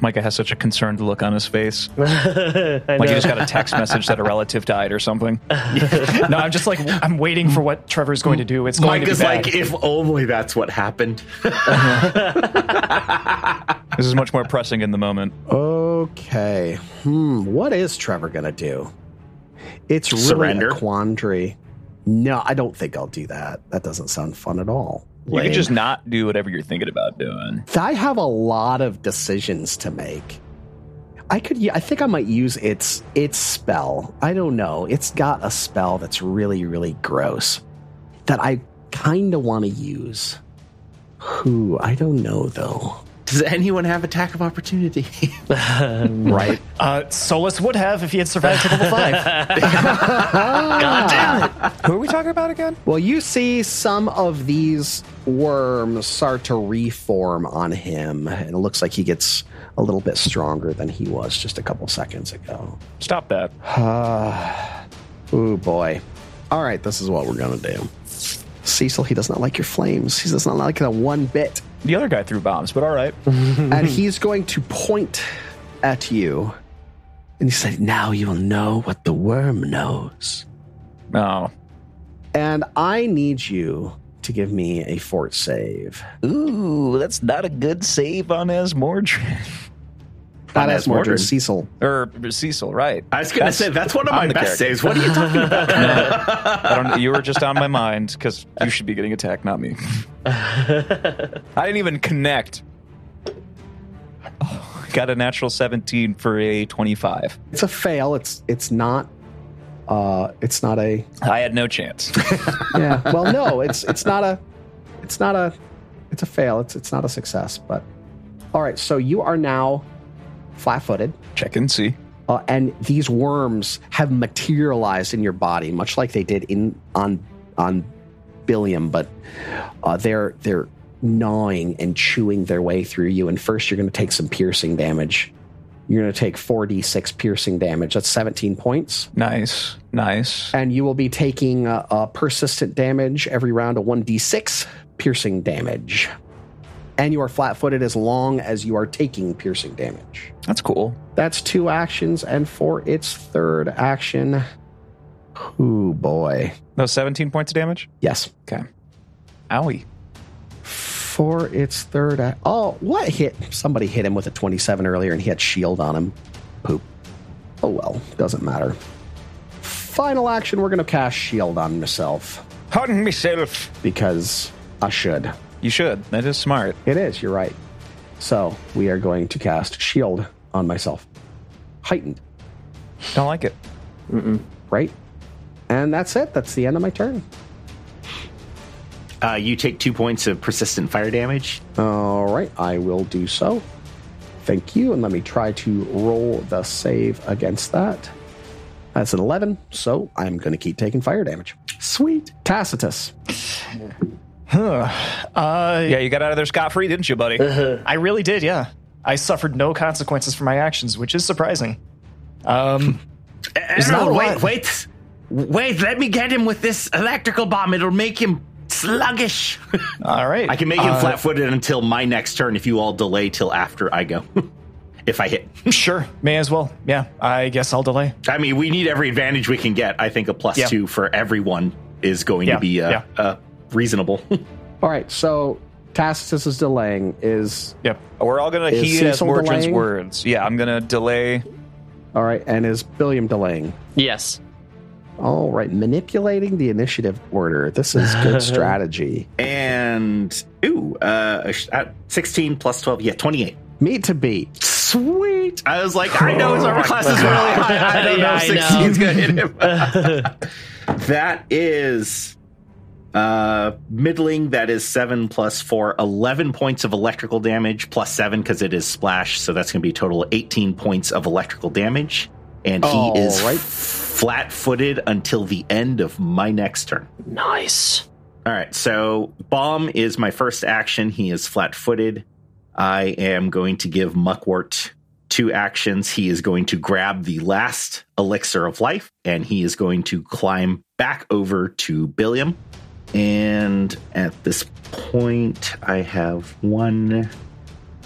Speaker 4: Micah has such a concerned look on his face.
Speaker 6: I know.
Speaker 4: Like he just got a text message that a relative died or something.
Speaker 5: No, I'm just like I'm waiting for what Trevor's going to do. It's going
Speaker 3: Mike
Speaker 5: to be
Speaker 3: is
Speaker 5: bad.
Speaker 3: like, if only that's what happened.
Speaker 4: This is much more pressing in the moment.
Speaker 2: Okay. Hmm. What is Trevor gonna do? It's really
Speaker 3: Surrender?
Speaker 2: a quandary. No, I don't think I'll do that. That doesn't sound fun at all.
Speaker 4: You
Speaker 3: Lame.
Speaker 4: can just not do whatever you're thinking about doing.
Speaker 2: I have a lot of decisions to make. I could. I think I might use its its spell. I don't know. It's got a spell that's really really gross that I kind of want to use. Who I don't know though.
Speaker 3: Does anyone have attack of opportunity?
Speaker 2: Right.
Speaker 5: uh, Solus would have if he had survived to level five.
Speaker 4: Who are we talking about again?
Speaker 2: Well, you see, some of these worms start to reform on him, and it looks like he gets a little bit stronger than he was just a couple seconds ago.
Speaker 4: Stop that.
Speaker 2: Ooh, boy. All right, this is what we're going to do. Cecil, he does not like your flames. He does not like that one bit.
Speaker 4: The other guy threw bombs, but all right.
Speaker 2: and he's going to point at you. And he said, Now you will know what the worm knows.
Speaker 4: Oh,
Speaker 2: And I need you to give me a fort save.
Speaker 4: Ooh, that's not a good save on Asmordran.
Speaker 2: Not
Speaker 3: On
Speaker 2: as Mordred,
Speaker 3: Asmordred.
Speaker 2: Cecil.
Speaker 4: Or Cecil, right.
Speaker 3: I was going to
Speaker 4: That's-
Speaker 3: say, that's one of
Speaker 4: I'm
Speaker 3: my
Speaker 4: the
Speaker 3: best
Speaker 4: character.
Speaker 3: saves. What are you talking about?
Speaker 4: I don't, you were just on my mind because you should be getting attacked, not me. I didn't even connect. Oh, got a natural 17 for a 25.
Speaker 2: it's a fail. It's it's not uh it's not a
Speaker 4: I had no chance.
Speaker 2: yeah. well no, it's it's not a it's not a it's a fail. It's it's not a success, but all right, so you are now flat-footed.
Speaker 4: Check and see.
Speaker 2: Uh, and these worms have materialized in your body, much like they did in on on Billiam, but uh, they're they're gnawing and chewing their way through you. And first, you're going to take some piercing damage. You're going to take 4d6 piercing damage. That's 17 points,
Speaker 4: Nice. Nice.
Speaker 2: and you will be taking uh, uh, persistent damage every round of 1d6 piercing damage. And you are flat-footed as long as you are taking piercing damage.
Speaker 4: That's cool.
Speaker 2: That's two actions, and for its third action, oh boy,
Speaker 4: No, 17 points of damage?
Speaker 2: yes,
Speaker 4: Okay. Owie.
Speaker 2: for its third. Ac- oh, what hit? Somebody hit him with a twenty-seven earlier, and he had shield on him. Poop. Oh well, doesn't matter. Final action, we're gonna cast shield on myself
Speaker 4: Pardon myself.
Speaker 2: because I should.
Speaker 4: You should. That is smart.
Speaker 2: It is. You're right. So we are going to cast shield on myself, heightened,
Speaker 4: Don't like it.
Speaker 2: right? And that's it. That's the end of my turn.
Speaker 3: Uh, you take two points of persistent fire damage.
Speaker 2: All right, I will do so. Thank you. And let me try to roll the save against that. That's an 11, so I'm going to keep taking fire damage. Sweet. Tacitus.
Speaker 5: Uh,
Speaker 4: Yeah, you got out of there scot free, didn't you, buddy?
Speaker 5: I really did. Yeah, I suffered no consequences for my actions, which is surprising. Um,
Speaker 3: Uh,
Speaker 5: not
Speaker 3: no,
Speaker 5: a
Speaker 3: wait,
Speaker 5: lot.
Speaker 3: wait, wait! Let me get him with this electrical bomb. It'll make him sluggish. Uh,
Speaker 5: All right. Uh,
Speaker 3: I can make him flat footed until my next turn if you all delay till after I go. if I hit.
Speaker 5: Sure. May as well. Yeah. I guess I'll delay.
Speaker 3: I mean, we need every advantage we can get. I think a plus
Speaker 5: Yeah.
Speaker 3: two for everyone is going
Speaker 5: Yeah,
Speaker 3: to be uh,
Speaker 5: yeah.
Speaker 3: uh, reasonable.
Speaker 2: All right, so Tacitus is delaying. Is
Speaker 5: Yep.
Speaker 4: We're all gonna
Speaker 2: Is
Speaker 4: heed as
Speaker 2: Cecil
Speaker 4: Mordred's
Speaker 2: delaying?
Speaker 4: words. Yeah, I'm gonna delay.
Speaker 2: all right, and is Billiam delaying?
Speaker 6: Yes.
Speaker 2: All right, manipulating the initiative order. This is good strategy.
Speaker 3: and ooh, uh, a sh- uh, sixteen plus twelve, yeah, twenty-eight.
Speaker 2: Meet to beat.
Speaker 3: Sweet. I was like, I know his armor class is really high. I don't
Speaker 6: Yeah, I
Speaker 3: know if
Speaker 6: know.
Speaker 3: 16's gonna hit him. that is uh middling that is 7 plus 4 11 points of electrical damage plus 7 because it is splash so that's going to be a total of 18 points of electrical damage and he
Speaker 2: All
Speaker 3: is
Speaker 2: right.
Speaker 3: flat-footed until the end of my next turn
Speaker 6: Nice.
Speaker 3: all right, so bomb is my first action. He is flat-footed. I am going to give Muckwort two actions. He is going to grab the last elixir of life, and he is going to climb back over to Billiam. And at this point, I have one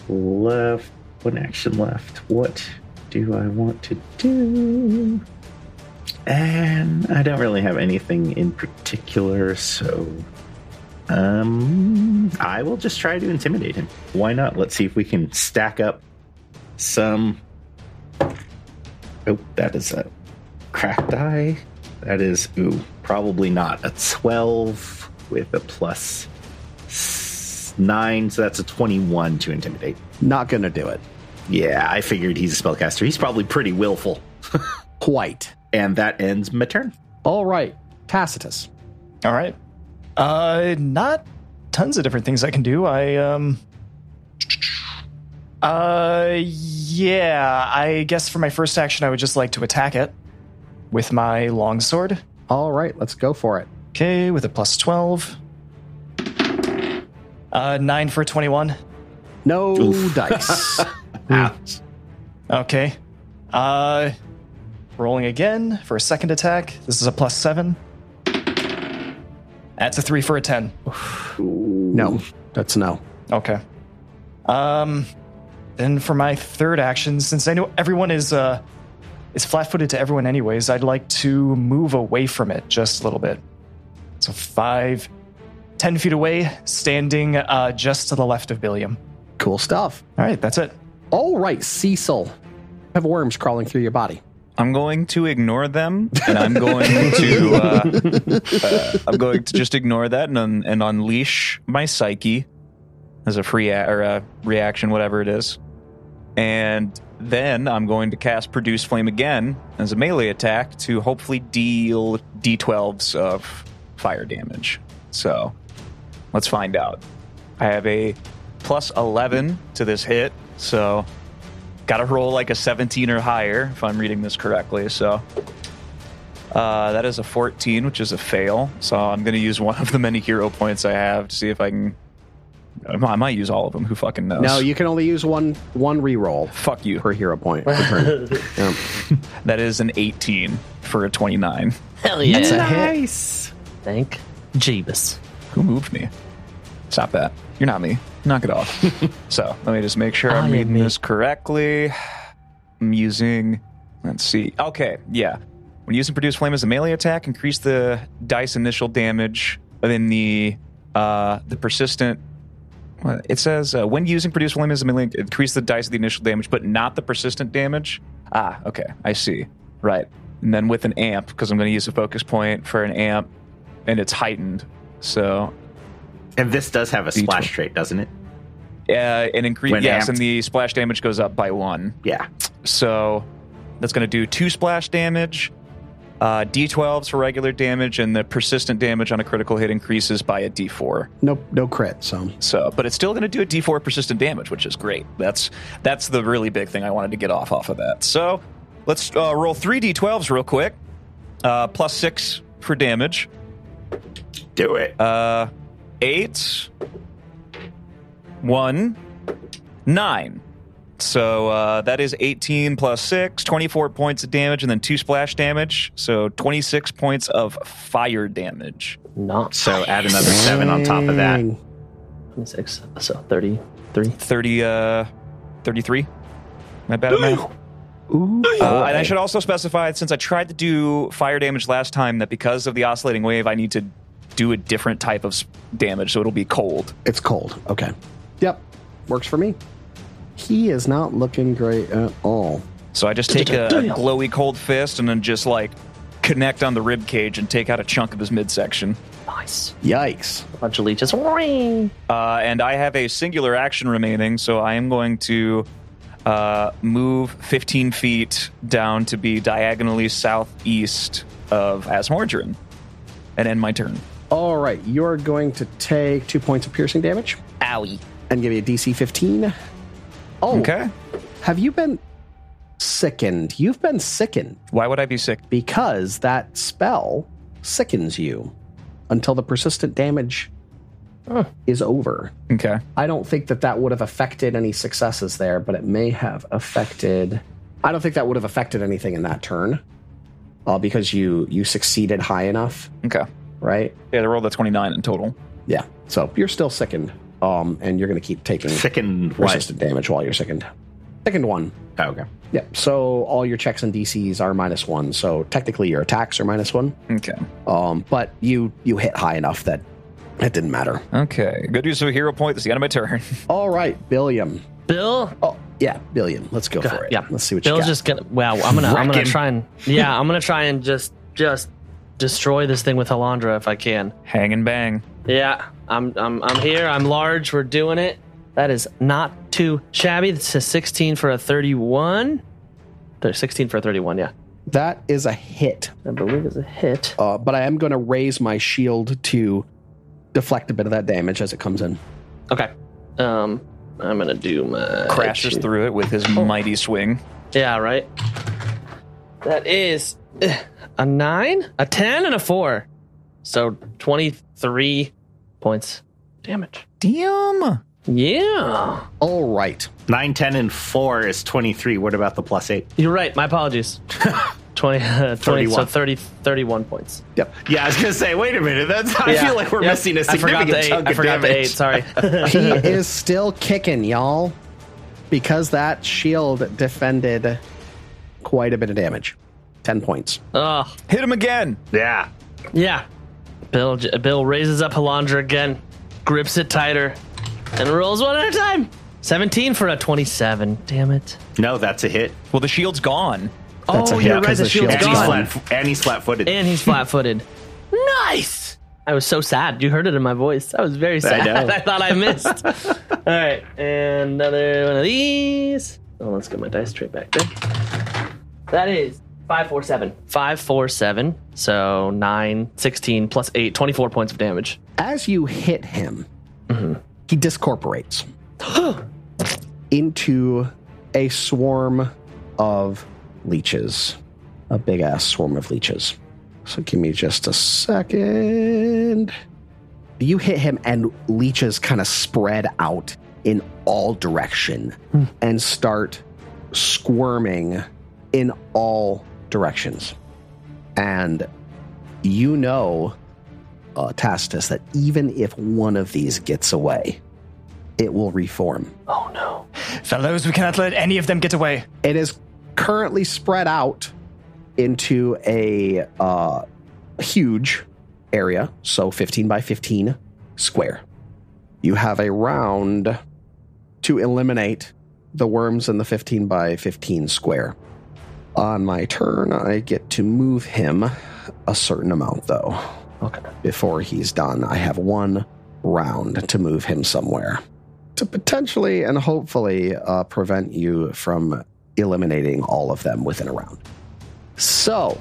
Speaker 3: left, one action left. What do I want to do? And I don't really have anything in particular, so um I will just try to intimidate him. Why not? Let's see if we can stack up some Oh, that is a cracked eye. That is ooh, probably not. A 12 with a plus s- 9, so that's a 21 to intimidate.
Speaker 2: Not going to do it.
Speaker 3: Yeah, I figured he's a spellcaster. He's probably pretty willful.
Speaker 2: Quite.
Speaker 3: And that ends my turn.
Speaker 2: All right, Tacitus.
Speaker 5: All right. Uh, not tons of different things I can do. I um. Uh, yeah. I guess for my first action, I would just like to attack it with my longsword.
Speaker 2: All right, let's go for it.
Speaker 5: Okay, with a plus twelve. Uh, nine for twenty-one.
Speaker 2: No
Speaker 3: Oof.
Speaker 2: dice.
Speaker 3: Ouch.
Speaker 5: Okay. Uh, rolling again for a second attack. This is a plus seven. That's a three for a ten.
Speaker 2: no, that's no.
Speaker 5: Okay. Um, then for my third action, since I know everyone is uh is flat-footed to everyone anyways, I'd like to move away from it just a little bit. So five, ten feet away, standing uh, just to the left of Billiam.
Speaker 2: Cool stuff.
Speaker 5: All right, that's it.
Speaker 2: All right, Cecil. You have worms crawling through your body.
Speaker 4: I'm going to ignore them, and I'm going to uh, uh, I'm going to just ignore that and un- and unleash my psyche as a free a- or a reaction, whatever it is. And then I'm going to cast Produce Flame again as a melee attack to hopefully deal d12s of fire damage. So let's find out. I have a plus 11 to this hit, so Got to roll like a 17 or higher, if I'm reading this correctly. So uh, that is a 14, which is a fail. So I'm going to use one of the many hero points I have to see if I can. I might I might use all of them. Who fucking knows?
Speaker 2: No, you can only use one one reroll
Speaker 4: Fuck you.
Speaker 2: per hero point. per turn. Yeah.
Speaker 4: That is an 18 for a 29.
Speaker 6: Hell yeah.
Speaker 2: a hit.
Speaker 6: Thank Jeebus.
Speaker 4: Who moved me? Stop that. You're not me. Knock it off. so let me just make sure
Speaker 6: I
Speaker 4: I'm
Speaker 6: am
Speaker 4: reading
Speaker 6: me.
Speaker 4: this correctly. I'm using, let's see. Okay, yeah. When using Produce Flame as a melee attack, increase the dice initial damage within the uh, the persistent. what? It says uh, when using Produce Flame as a melee, increase the dice of the initial damage, but not the persistent damage. Ah, okay, I see. Right. And then with an amp, because I'm going to use a focus point for an amp, and it's heightened. So
Speaker 3: And this does have a splash trait, doesn't it?
Speaker 4: uh, and increase
Speaker 3: When
Speaker 4: yes,
Speaker 3: amped.
Speaker 4: and the splash damage goes up by one.
Speaker 3: Yeah.
Speaker 4: So that's going to do two splash damage, uh, d12s for regular damage, and the persistent damage on a critical hit increases by a d4.
Speaker 2: No, no crit. So
Speaker 4: So, but it's still going to do a d4 persistent damage, which is great. That's that's the really big thing I wanted to get off off of that. So let's uh, roll three d12s real quick, uh, plus six for damage.
Speaker 3: Do it.
Speaker 4: Uh, eight, one, nine. So uh, that is 18 plus 6, 24 points of damage, and then 2 splash damage. So 26 points of fire damage.
Speaker 6: Not
Speaker 3: So add another seven on top of that.
Speaker 2: Dang.
Speaker 6: 26, so 33.
Speaker 4: 30, uh, 33? My bad at math.
Speaker 2: Ooh.
Speaker 4: Uh, and I should also specify, since I tried to do fire damage last time, that because of the oscillating wave, I need to do a different type of s- damage, so it'll be cold.
Speaker 2: It's cold. Okay. Yep. Works for me. He is not looking great at all.
Speaker 4: So I just take a, a glowy cold fist and then just like connect on the rib cage and take out a chunk of his midsection.
Speaker 6: Nice.
Speaker 2: Yikes.
Speaker 6: A bunch of leeches. Whee!
Speaker 4: Uh, and I have a singular action remaining, so I am going to uh, move 15 feet down to be diagonally southeast of Asmordran and end my turn.
Speaker 2: All right. You're going to take two points of piercing damage
Speaker 6: Owie.
Speaker 2: and give you a DC 15. Oh,
Speaker 4: Okay.
Speaker 2: have you been sickened? You've been sickened
Speaker 4: Why would I be sick?
Speaker 2: because that spell sickens you until the persistent damage is over.
Speaker 4: Okay.
Speaker 2: I don't think that that would have affected any successes there, but it may have affected. I don't think that would have affected anything in that turn, uh, because you you succeeded high enough,
Speaker 4: Okay.
Speaker 2: right?
Speaker 4: Yeah, they rolled a 29 in total.
Speaker 2: Yeah. So you're still sickened, um, and you're going to keep taking
Speaker 3: Second what?
Speaker 2: persistent damage while you're sickened. Sickened one.
Speaker 3: Oh, okay.
Speaker 2: Yeah. So all your checks and DCs are minus one. So technically your attacks are minus one.
Speaker 4: Okay.
Speaker 2: Um, but you you hit high enough that it didn't matter.
Speaker 4: Okay. Good use of a hero point. This is the end of my turn.
Speaker 2: All right, Billiam.
Speaker 6: Bill?
Speaker 2: Oh yeah, Billiam. Let's go for it.
Speaker 6: Yeah.
Speaker 2: Let's see what you
Speaker 6: Bill's
Speaker 2: got.
Speaker 6: just gonna. Wow, I'm gonna.
Speaker 3: Wreck
Speaker 6: I'm gonna
Speaker 3: him.
Speaker 6: try and. Yeah, I'm gonna try and just just destroy this thing with Halandra if I can.
Speaker 4: Hang and bang.
Speaker 6: Yeah, I'm I'm I'm here. I'm large. We're doing it. That is not too shabby. It's a 16 for a 31. There's 16 for a 31. Yeah,
Speaker 2: That is a hit,
Speaker 6: I believe it's a hit.
Speaker 2: uh, but I am going to raise my shield to deflect a bit of that damage as it comes in.
Speaker 6: Okay. Um, I'm gonna do my
Speaker 4: Crashes through it with his mighty swing.
Speaker 6: Yeah, right. That is eh, a nine, a ten, and a four. So 23 points damage.
Speaker 4: Damn.
Speaker 6: Yeah.
Speaker 2: All right.
Speaker 3: 9, 10, and 4 is 23. What about the plus 8?
Speaker 6: You're right. My apologies. 20, uh, 20 so
Speaker 3: 31.
Speaker 6: 30, 31 points.
Speaker 2: Yep.
Speaker 3: Yeah, I was going to say, wait a minute. That's, I
Speaker 6: Yeah.
Speaker 3: feel like we're
Speaker 6: Yep.
Speaker 3: missing a
Speaker 6: I forgot
Speaker 3: significant
Speaker 6: the eight.
Speaker 3: chunk
Speaker 6: I
Speaker 3: of
Speaker 6: forgot the eight.
Speaker 3: damage.
Speaker 6: Sorry.
Speaker 2: He is still kicking, y'all, because that shield defended quite a bit of damage. 10 points.
Speaker 6: oh,
Speaker 4: Hit him again.
Speaker 3: Yeah.
Speaker 6: yeah. Bill j- Bill raises up Halandra again, grips it tighter, and rolls one at a time. 17 for a 27. Damn it.
Speaker 3: No, that's a hit.
Speaker 4: Well, the shield's gone.
Speaker 6: Oh,
Speaker 2: a hit
Speaker 6: you're right.
Speaker 2: because
Speaker 6: The
Speaker 2: the
Speaker 6: shield's
Speaker 2: shield's
Speaker 3: And he's,
Speaker 6: gone.
Speaker 2: gone.
Speaker 3: flat, and he's flat footed.
Speaker 6: and he's flat footed. nice. I was so sad. You heard it in my voice. I was very sad. I,
Speaker 3: know.
Speaker 6: thought I missed. All right, and another one of these. Oh, let's get my dice straight back there. That is five, four, seven. Five, four, seven. So nine, 16 plus eight, 24 points of damage.
Speaker 2: As you hit him, he discorporates into a swarm of leeches. A big ass swarm of leeches. So give me just a second. You hit him, and leeches kind of spread out in all direction and start squirming in all directions. And you know uh, Tacitus that even if one of these gets away, it will reform.
Speaker 6: Oh no.
Speaker 5: Fellows, we cannot let any of them get away.
Speaker 2: It is currently spread out into a uh, huge area, so 15 by 15 square. You have a round to eliminate the worms in the 15 by 15 square. On my turn, I get to move him a certain amount, though.
Speaker 6: Okay.
Speaker 2: before he's done. I have one round to move him somewhere to potentially and hopefully uh, prevent you from eliminating all of them within a round. So,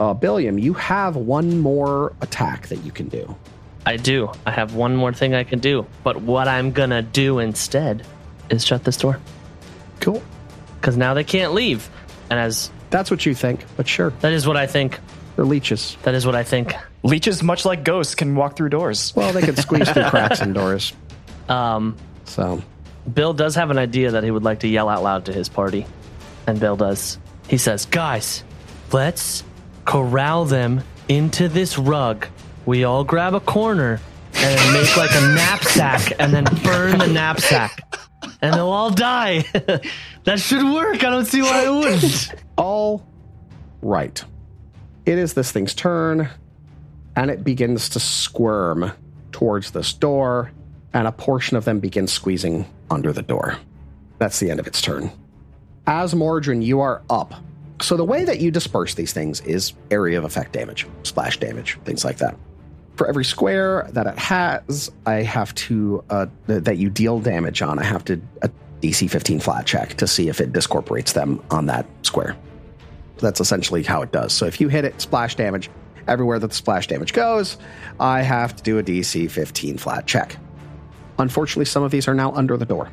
Speaker 2: uh, Billiam, you have one more attack that you can do.
Speaker 6: I do. I have one more thing I can do. But what I'm gonna do instead is shut this door.
Speaker 2: Cool.
Speaker 6: Because now they can't leave. And as
Speaker 2: That's what you think, but sure,
Speaker 6: that is what I think.
Speaker 2: they're leeches.
Speaker 6: That is what I think.
Speaker 5: Leeches, much like ghosts, can walk through doors.
Speaker 2: Well, they could squeeze through cracks in doors.
Speaker 6: Um,
Speaker 2: So,
Speaker 6: Bill does have an idea that he would like to yell out loud to his party. And Bill does. He says, Guys, let's corral them into this rug. We all grab a corner and make like a knapsack and then burn the knapsack. And they'll all die. that should work. I don't see why it wouldn't.
Speaker 2: All right. It is this thing's turn, and it begins to squirm towards this door, and a portion of them begins squeezing under the door. That's the end of its turn. As Mordrin, you are up. So the way that you disperse these things is area of effect damage, splash damage, things like that. For every square that it has, I have to uh, th- that you deal damage on. I have to a DC 15 flat check to see if it discorporates them on that square. That's essentially how it does. So if you hit it, splash damage, everywhere that the splash damage goes, I have to do a DC 15 flat check. Unfortunately, some of these are now under the door.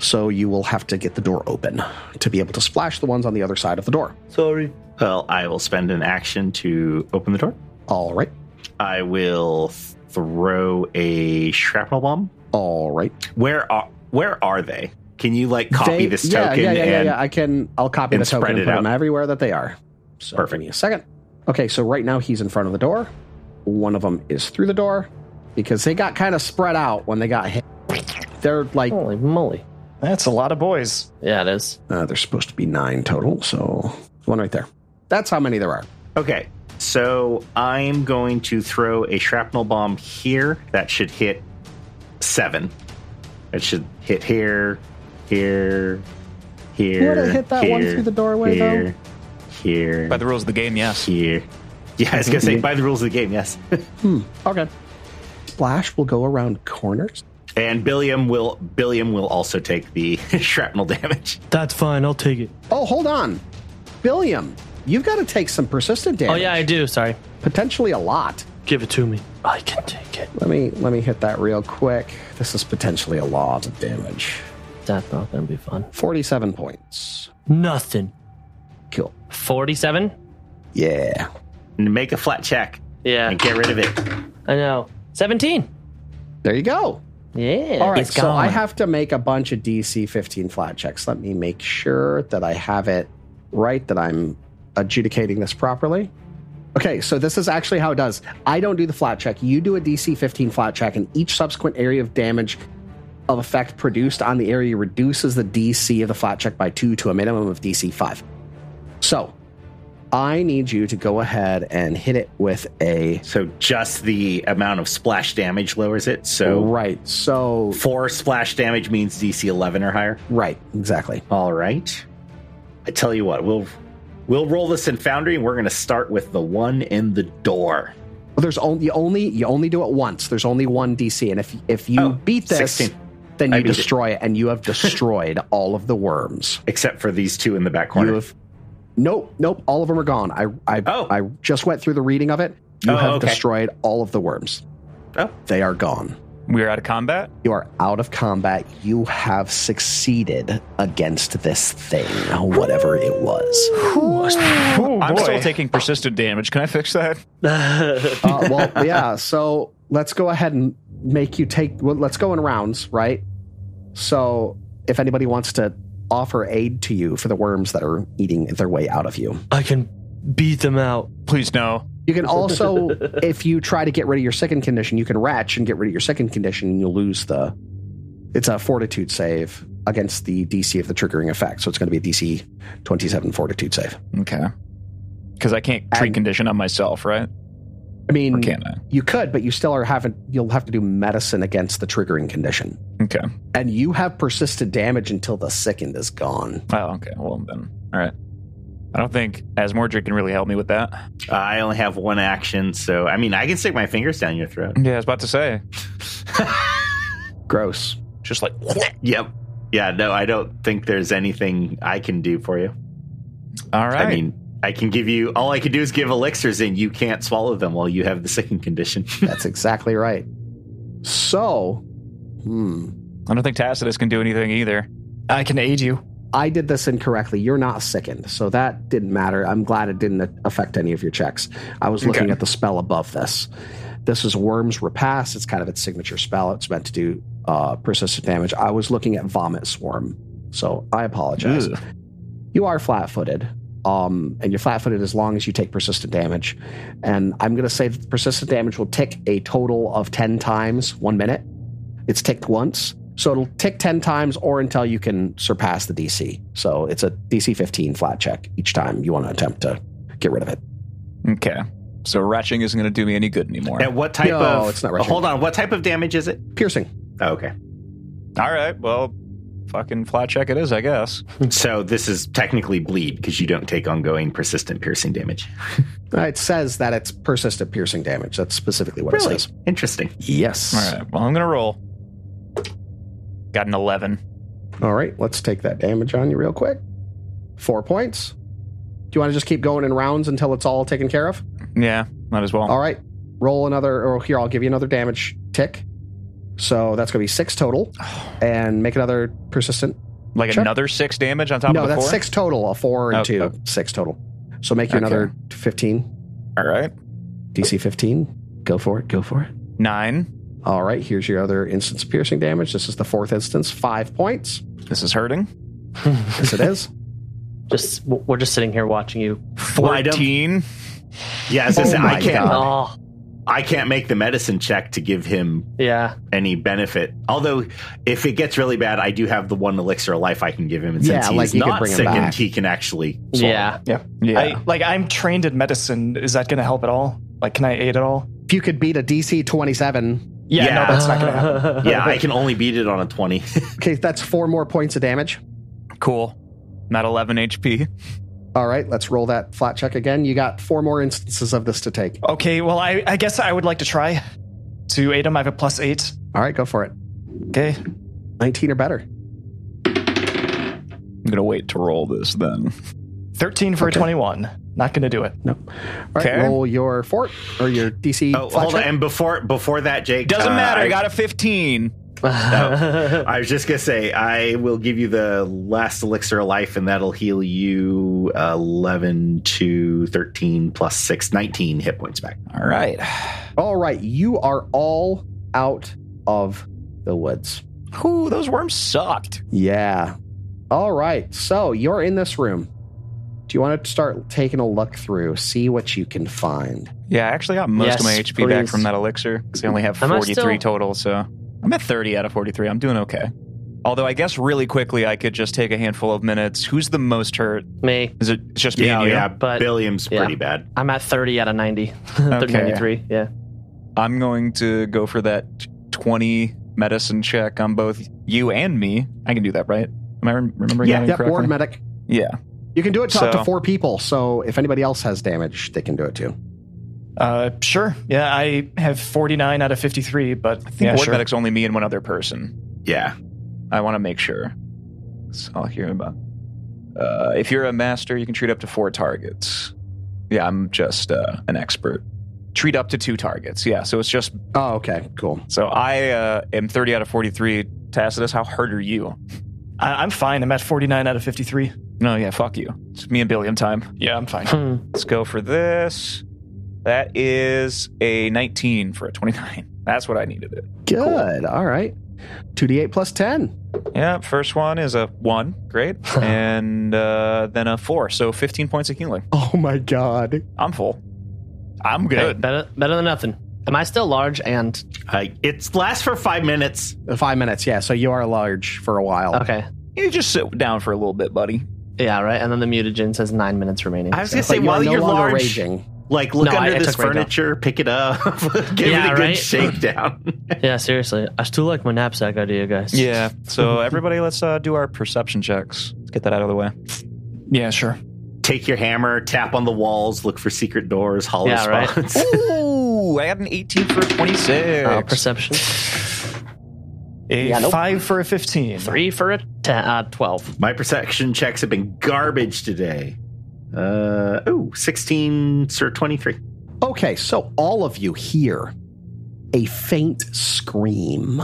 Speaker 2: So you will have to get the door open to be able to splash the ones on the other side of the door.
Speaker 3: Sorry. Well, I will spend an action to open the door.
Speaker 2: All right.
Speaker 3: I will throw a shrapnel bomb.
Speaker 2: All right.
Speaker 3: Where are where are they? Can you like copy
Speaker 2: They-
Speaker 3: this
Speaker 2: yeah,
Speaker 3: token
Speaker 2: Yeah, yeah, yeah,
Speaker 3: and
Speaker 2: yeah. I can. I'll copy
Speaker 3: and
Speaker 2: the token
Speaker 3: spread
Speaker 2: and
Speaker 3: it
Speaker 2: put them
Speaker 3: out.
Speaker 2: everywhere that they are. So Give
Speaker 3: Perfect.
Speaker 2: me a second. Okay, so right now he's in front of the door. One of them is through the door because they got kind of spread out when they got hit. They're like
Speaker 6: Holy moly.
Speaker 5: That's a lot of boys.
Speaker 6: Yeah, it is.
Speaker 2: uh, there's supposed to be nine total, so one right there. That's how many there are.
Speaker 3: Okay. So I'm going to throw a shrapnel bomb here that should hit seven. That should hit here, here, here.
Speaker 2: You would've hit that one
Speaker 3: here,
Speaker 2: through the doorway, though?
Speaker 3: here, Here.
Speaker 4: By the rules of the game, yes.
Speaker 3: here. Yeah, I was gonna say by the rules of the game, yes.
Speaker 2: Okay. Splash will go around corners.
Speaker 3: and Billiam will Billiam will also take the shrapnel damage.
Speaker 6: That's fine. I'll take it.
Speaker 2: Oh, hold on, Billiam. You've got to take some persistent
Speaker 6: Oh,
Speaker 2: damage.
Speaker 6: yeah, I do. Sorry.
Speaker 2: potentially a lot.
Speaker 6: Give it to me. I can take it.
Speaker 2: Let me let me hit that real quick. This is potentially a lot of damage.
Speaker 6: That's not going to be fun.
Speaker 2: Forty-seven points.
Speaker 6: Nothing.
Speaker 2: Cool.
Speaker 6: 47?
Speaker 2: Yeah.
Speaker 3: And make a flat check
Speaker 6: Yeah,
Speaker 3: and get rid of it.
Speaker 6: I know. 17.
Speaker 2: There you go.
Speaker 6: Yeah.
Speaker 2: All right.
Speaker 6: it's
Speaker 2: So I
Speaker 6: gone.
Speaker 2: have to make a bunch of DC 15 flat checks. Let me make sure that I have it right. That I'm adjudicating this properly. Okay, so this is actually how it does. I don't do the flat check. You do a DC 15 flat check, and each subsequent area of damage of effect produced on the area reduces the DC of the flat check by two to a minimum of DC 5. So I need you to go ahead and hit it with a.
Speaker 3: So just the amount of splash damage lowers it. So
Speaker 2: Right. So,
Speaker 3: four splash damage means DC eleven or higher.
Speaker 2: right. Exactly.
Speaker 3: All right. I tell you what, we'll we'll roll this in Foundry, and we're gonna start with the one in the door.
Speaker 2: Well, there's only you only you only do it once. There's only one DC, and if if you
Speaker 3: Oh,
Speaker 2: beat this,
Speaker 3: 16.
Speaker 2: then
Speaker 3: I
Speaker 2: you
Speaker 3: beat it.
Speaker 2: destroy it. and you have destroyed all of the worms.
Speaker 3: Except for these two in the back
Speaker 2: You
Speaker 3: corner.
Speaker 2: have nope, nope. All of them are gone. I I
Speaker 3: Oh.
Speaker 2: I just went through the reading of it. You
Speaker 3: Oh,
Speaker 2: have
Speaker 3: okay.
Speaker 2: destroyed all of the worms.
Speaker 3: Oh.
Speaker 2: They are gone.
Speaker 4: We're out of combat.
Speaker 2: You are out of combat. You have succeeded against this thing, whatever it was.
Speaker 5: Oh,
Speaker 4: I'm
Speaker 5: boy.
Speaker 4: still taking persistent damage. Can I fix that?
Speaker 2: Uh, well, yeah. So let's go ahead and make you take. Well, let's go in rounds, right? So if anybody wants to offer aid to you for the worms that are eating their way out of you,
Speaker 6: I can beat them out.
Speaker 4: Please no.
Speaker 2: you can also, if you try to get rid of your second condition, you can retch and get rid of your second condition, and you'll lose the. It's a fortitude save against the DC of the triggering effect, so it's going to be a DC twenty-seven fortitude save.
Speaker 4: Okay. Because I can't treat
Speaker 2: And-
Speaker 4: condition on myself, right?
Speaker 2: I mean,
Speaker 4: Or can I?
Speaker 2: you could, but you still are haven't. You'll have to do medicine against the triggering condition.
Speaker 4: Okay.
Speaker 2: and you have persistent damage until the sickened is gone.
Speaker 4: Oh, okay. Well, then. All right. I don't think Asmordric can really help me with that.
Speaker 3: I only have one action, so I mean I can stick my fingers down your throat.
Speaker 4: Yeah, I was about to say.
Speaker 2: Gross.
Speaker 4: Just like,
Speaker 3: Yep. Yeah, no, I don't think there's anything I can do for you.
Speaker 4: all right.
Speaker 3: I mean, I can give you all I can do is give elixirs and you can't swallow them while you have the sickened condition.
Speaker 2: That's exactly right. So, hmm.
Speaker 4: I don't think Tacitus can do anything either.
Speaker 5: I can aid you.
Speaker 2: I did this incorrectly. You're not sickened, so that didn't matter. I'm glad it didn't affect any of your checks. I was looking
Speaker 4: Okay.
Speaker 2: at the spell above this. This is Worm's Repast. It's kind of its signature spell. It's meant to do uh, persistent damage. I was looking at Vomit Swarm, so I apologize.
Speaker 4: Ugh.
Speaker 2: You are flat footed, um, and you're flat footed as long as you take persistent damage. And I'm going to say that persistent damage will tick a total of 10 times, one minute. It's ticked once. So it'll tick 10 times or until you can surpass the DC. So it's a DC 15 flat check each time you want to attempt to get rid of it.
Speaker 4: Okay. So retching isn't going to do me any good anymore.
Speaker 3: And what type
Speaker 2: No,
Speaker 3: of?
Speaker 2: it's not
Speaker 3: oh,
Speaker 2: rushing.
Speaker 3: hold on. What type of damage is it?
Speaker 2: Piercing.
Speaker 3: Oh, okay.
Speaker 4: All right. Well, fucking flat check it is, I guess.
Speaker 2: Hmm.
Speaker 3: So this is technically bleed because you don't take ongoing persistent piercing damage.
Speaker 2: Uh, It says that it's persistent piercing damage. That's specifically what it says.
Speaker 3: Interesting.
Speaker 2: Yes.
Speaker 4: All right. Well, I'm going to roll. Got an 11.
Speaker 2: All right, let's take that damage on you real quick. Four points. Do you want to just keep going in rounds until it's all taken care of?
Speaker 4: Yeah, might as well.
Speaker 2: All right, roll another, or here, I'll give you another damage tick. So that's going to be six total, and make another persistent.
Speaker 4: Like
Speaker 2: Sure.
Speaker 4: another six damage on top
Speaker 2: no,
Speaker 4: of the
Speaker 2: that's
Speaker 4: four?
Speaker 2: six total, a four and
Speaker 4: Oh,
Speaker 2: two,
Speaker 4: oh.
Speaker 2: six total. So make you
Speaker 4: Okay.
Speaker 2: another 15,
Speaker 4: All right.
Speaker 2: DC 15. Go for it, go for it.
Speaker 4: Nine.
Speaker 2: All right, here's your other instance of piercing damage. This is the fourth instance, five points.
Speaker 4: This is hurting.
Speaker 2: Yes, it is.
Speaker 6: Just w- we're just sitting here watching you.
Speaker 4: 14.
Speaker 3: Yeah, I, was gonna
Speaker 2: Oh
Speaker 3: say,
Speaker 2: my
Speaker 3: I can't.
Speaker 2: God.
Speaker 6: Oh,
Speaker 3: I can't make the medicine check to give him
Speaker 6: yeah.
Speaker 3: any benefit. Although, if it gets really bad, I do have the one elixir of life I can give him. And
Speaker 2: Yeah,
Speaker 3: since
Speaker 2: like,
Speaker 3: he's
Speaker 2: you can
Speaker 3: not
Speaker 2: bring him
Speaker 3: sick, and
Speaker 2: back.
Speaker 3: he can actually.
Speaker 6: Yeah.
Speaker 4: Yeah.
Speaker 5: I, like I'm trained in medicine. Is that going to help at all? Like, can I aid at all?
Speaker 2: if you could beat a DC 27,
Speaker 5: Yeah,
Speaker 3: Yeah.
Speaker 5: no, that's not going to happen.
Speaker 3: Yeah, I can only beat it on a twenty.
Speaker 2: okay, that's four more points of damage.
Speaker 4: cool. Not 11 HP.
Speaker 2: All right, let's roll that flat check again. You got four more instances of this to take.
Speaker 5: Okay, well, I, I guess I would like to try to aid him. I have a plus eight.
Speaker 2: All right, go for it.
Speaker 5: Okay,
Speaker 2: 19 or better.
Speaker 4: I'm going to wait to roll this then.
Speaker 5: thirteen for
Speaker 2: Okay.
Speaker 5: a twenty-one. Not going to do it.
Speaker 2: No. All right,
Speaker 4: Okay.
Speaker 2: roll your fort or your DC
Speaker 3: Oh,
Speaker 2: flat
Speaker 3: hold on.
Speaker 2: check.
Speaker 3: And before before that, Jake
Speaker 4: Doesn't
Speaker 3: uh,
Speaker 4: matter. I
Speaker 3: I-
Speaker 4: got a 15.
Speaker 3: I was just gonna say I will give you the last elixir of life, and that'll heal you eleven to thirteen plus six, 19 hit points back.
Speaker 4: All right.
Speaker 2: All right, you are all out of the woods.
Speaker 4: Whew, those worms sucked.
Speaker 2: Yeah. All right, so you're in this room. Do you want to start taking a look through, see what you can find?
Speaker 4: Yeah, I actually got most
Speaker 6: Yes,
Speaker 4: of my HP back
Speaker 6: please.
Speaker 4: from that elixir because I only have
Speaker 6: Am I
Speaker 4: 43
Speaker 6: still-
Speaker 4: total. So I'm at 30 out of 43. I'm doing okay. Although I guess really quickly I could just take a handful of minutes. Who's the most hurt?
Speaker 6: Me.
Speaker 4: Is it it's just me and you?
Speaker 3: yeah.
Speaker 6: But-
Speaker 3: Billiam's
Speaker 6: yeah.
Speaker 3: pretty bad.
Speaker 6: I'm at 30 out of 90. 30, 93. Yeah.
Speaker 4: I'm going to go for that 20 medicine check on both you and me. I can do that, right? Am I rem- remembering
Speaker 3: Yeah,
Speaker 4: that
Speaker 2: Yep,
Speaker 4: correctly?
Speaker 2: ward medic.
Speaker 4: yeah.
Speaker 2: You can do it to up
Speaker 4: So-
Speaker 2: to four people, so if anybody else has damage, they can do it too.
Speaker 5: Uh, sure. Yeah, I have forty-nine out of fifty-three, but
Speaker 4: I think
Speaker 5: yeah,
Speaker 4: ward
Speaker 5: sure.
Speaker 4: medic's only me and one other person.
Speaker 3: Yeah.
Speaker 4: I want to make sure. So I'll hear about. Uh, if you're a master, you can treat up to four targets. Yeah, I'm just uh, an expert. Treat up to two targets. Yeah, so it's just
Speaker 2: Oh, okay, cool.
Speaker 4: so I uh, am 30 out of 43. Tacitus, how hurt are you?
Speaker 5: I, I'm fine. I'm at forty-nine out of fifty-three.
Speaker 4: No, yeah, fuck you. It's me and Billiam time.
Speaker 5: Yeah, I'm fine.
Speaker 6: Hmm.
Speaker 4: Let's go for this. That is a 19 for a 29. That's what I needed it.
Speaker 2: Good. All right. 2d8 plus 10.
Speaker 4: Yeah, first one is a one, great, and uh, then a four, so fifteen points of healing.
Speaker 2: Oh my god.
Speaker 4: I'm full. I'm
Speaker 6: Hey,
Speaker 4: good.
Speaker 6: better, better than nothing. Am I still large and
Speaker 3: I it lasts for five minutes.
Speaker 2: Five minutes. Yeah. So you are large for a while.
Speaker 6: okay?
Speaker 4: You just sit down for a little bit, buddy.
Speaker 6: Yeah, right. And then the mutagen says nine minutes remaining.
Speaker 3: I was
Speaker 6: so-
Speaker 3: gonna say
Speaker 2: But you
Speaker 3: while
Speaker 2: are no
Speaker 3: you're
Speaker 2: longer
Speaker 3: large,
Speaker 2: raging.
Speaker 3: like look
Speaker 6: No, I-
Speaker 3: under
Speaker 6: I
Speaker 3: this
Speaker 6: took right down.
Speaker 3: furniture, pick it up, give
Speaker 6: Yeah,
Speaker 3: it a good
Speaker 6: right?
Speaker 3: shakedown.
Speaker 6: yeah, seriously. I still like my knapsack idea, guys.
Speaker 4: Yeah. So everybody, let's uh, do our perception checks. Let's get that out of the way.
Speaker 5: Yeah, sure.
Speaker 3: Take your hammer, tap on the walls, look for secret doors, hollow
Speaker 6: Yeah, right.
Speaker 3: spots.
Speaker 4: Ooh, I had an eighteen for twenty-six.
Speaker 6: Uh, perception
Speaker 5: A
Speaker 2: Yeah, nope.
Speaker 5: five for a fifteen.
Speaker 6: three for a te- uh, twelve.
Speaker 3: My perception checks have been garbage today. Uh, ooh, 16 or 23.
Speaker 2: Okay. So all of you hear a faint scream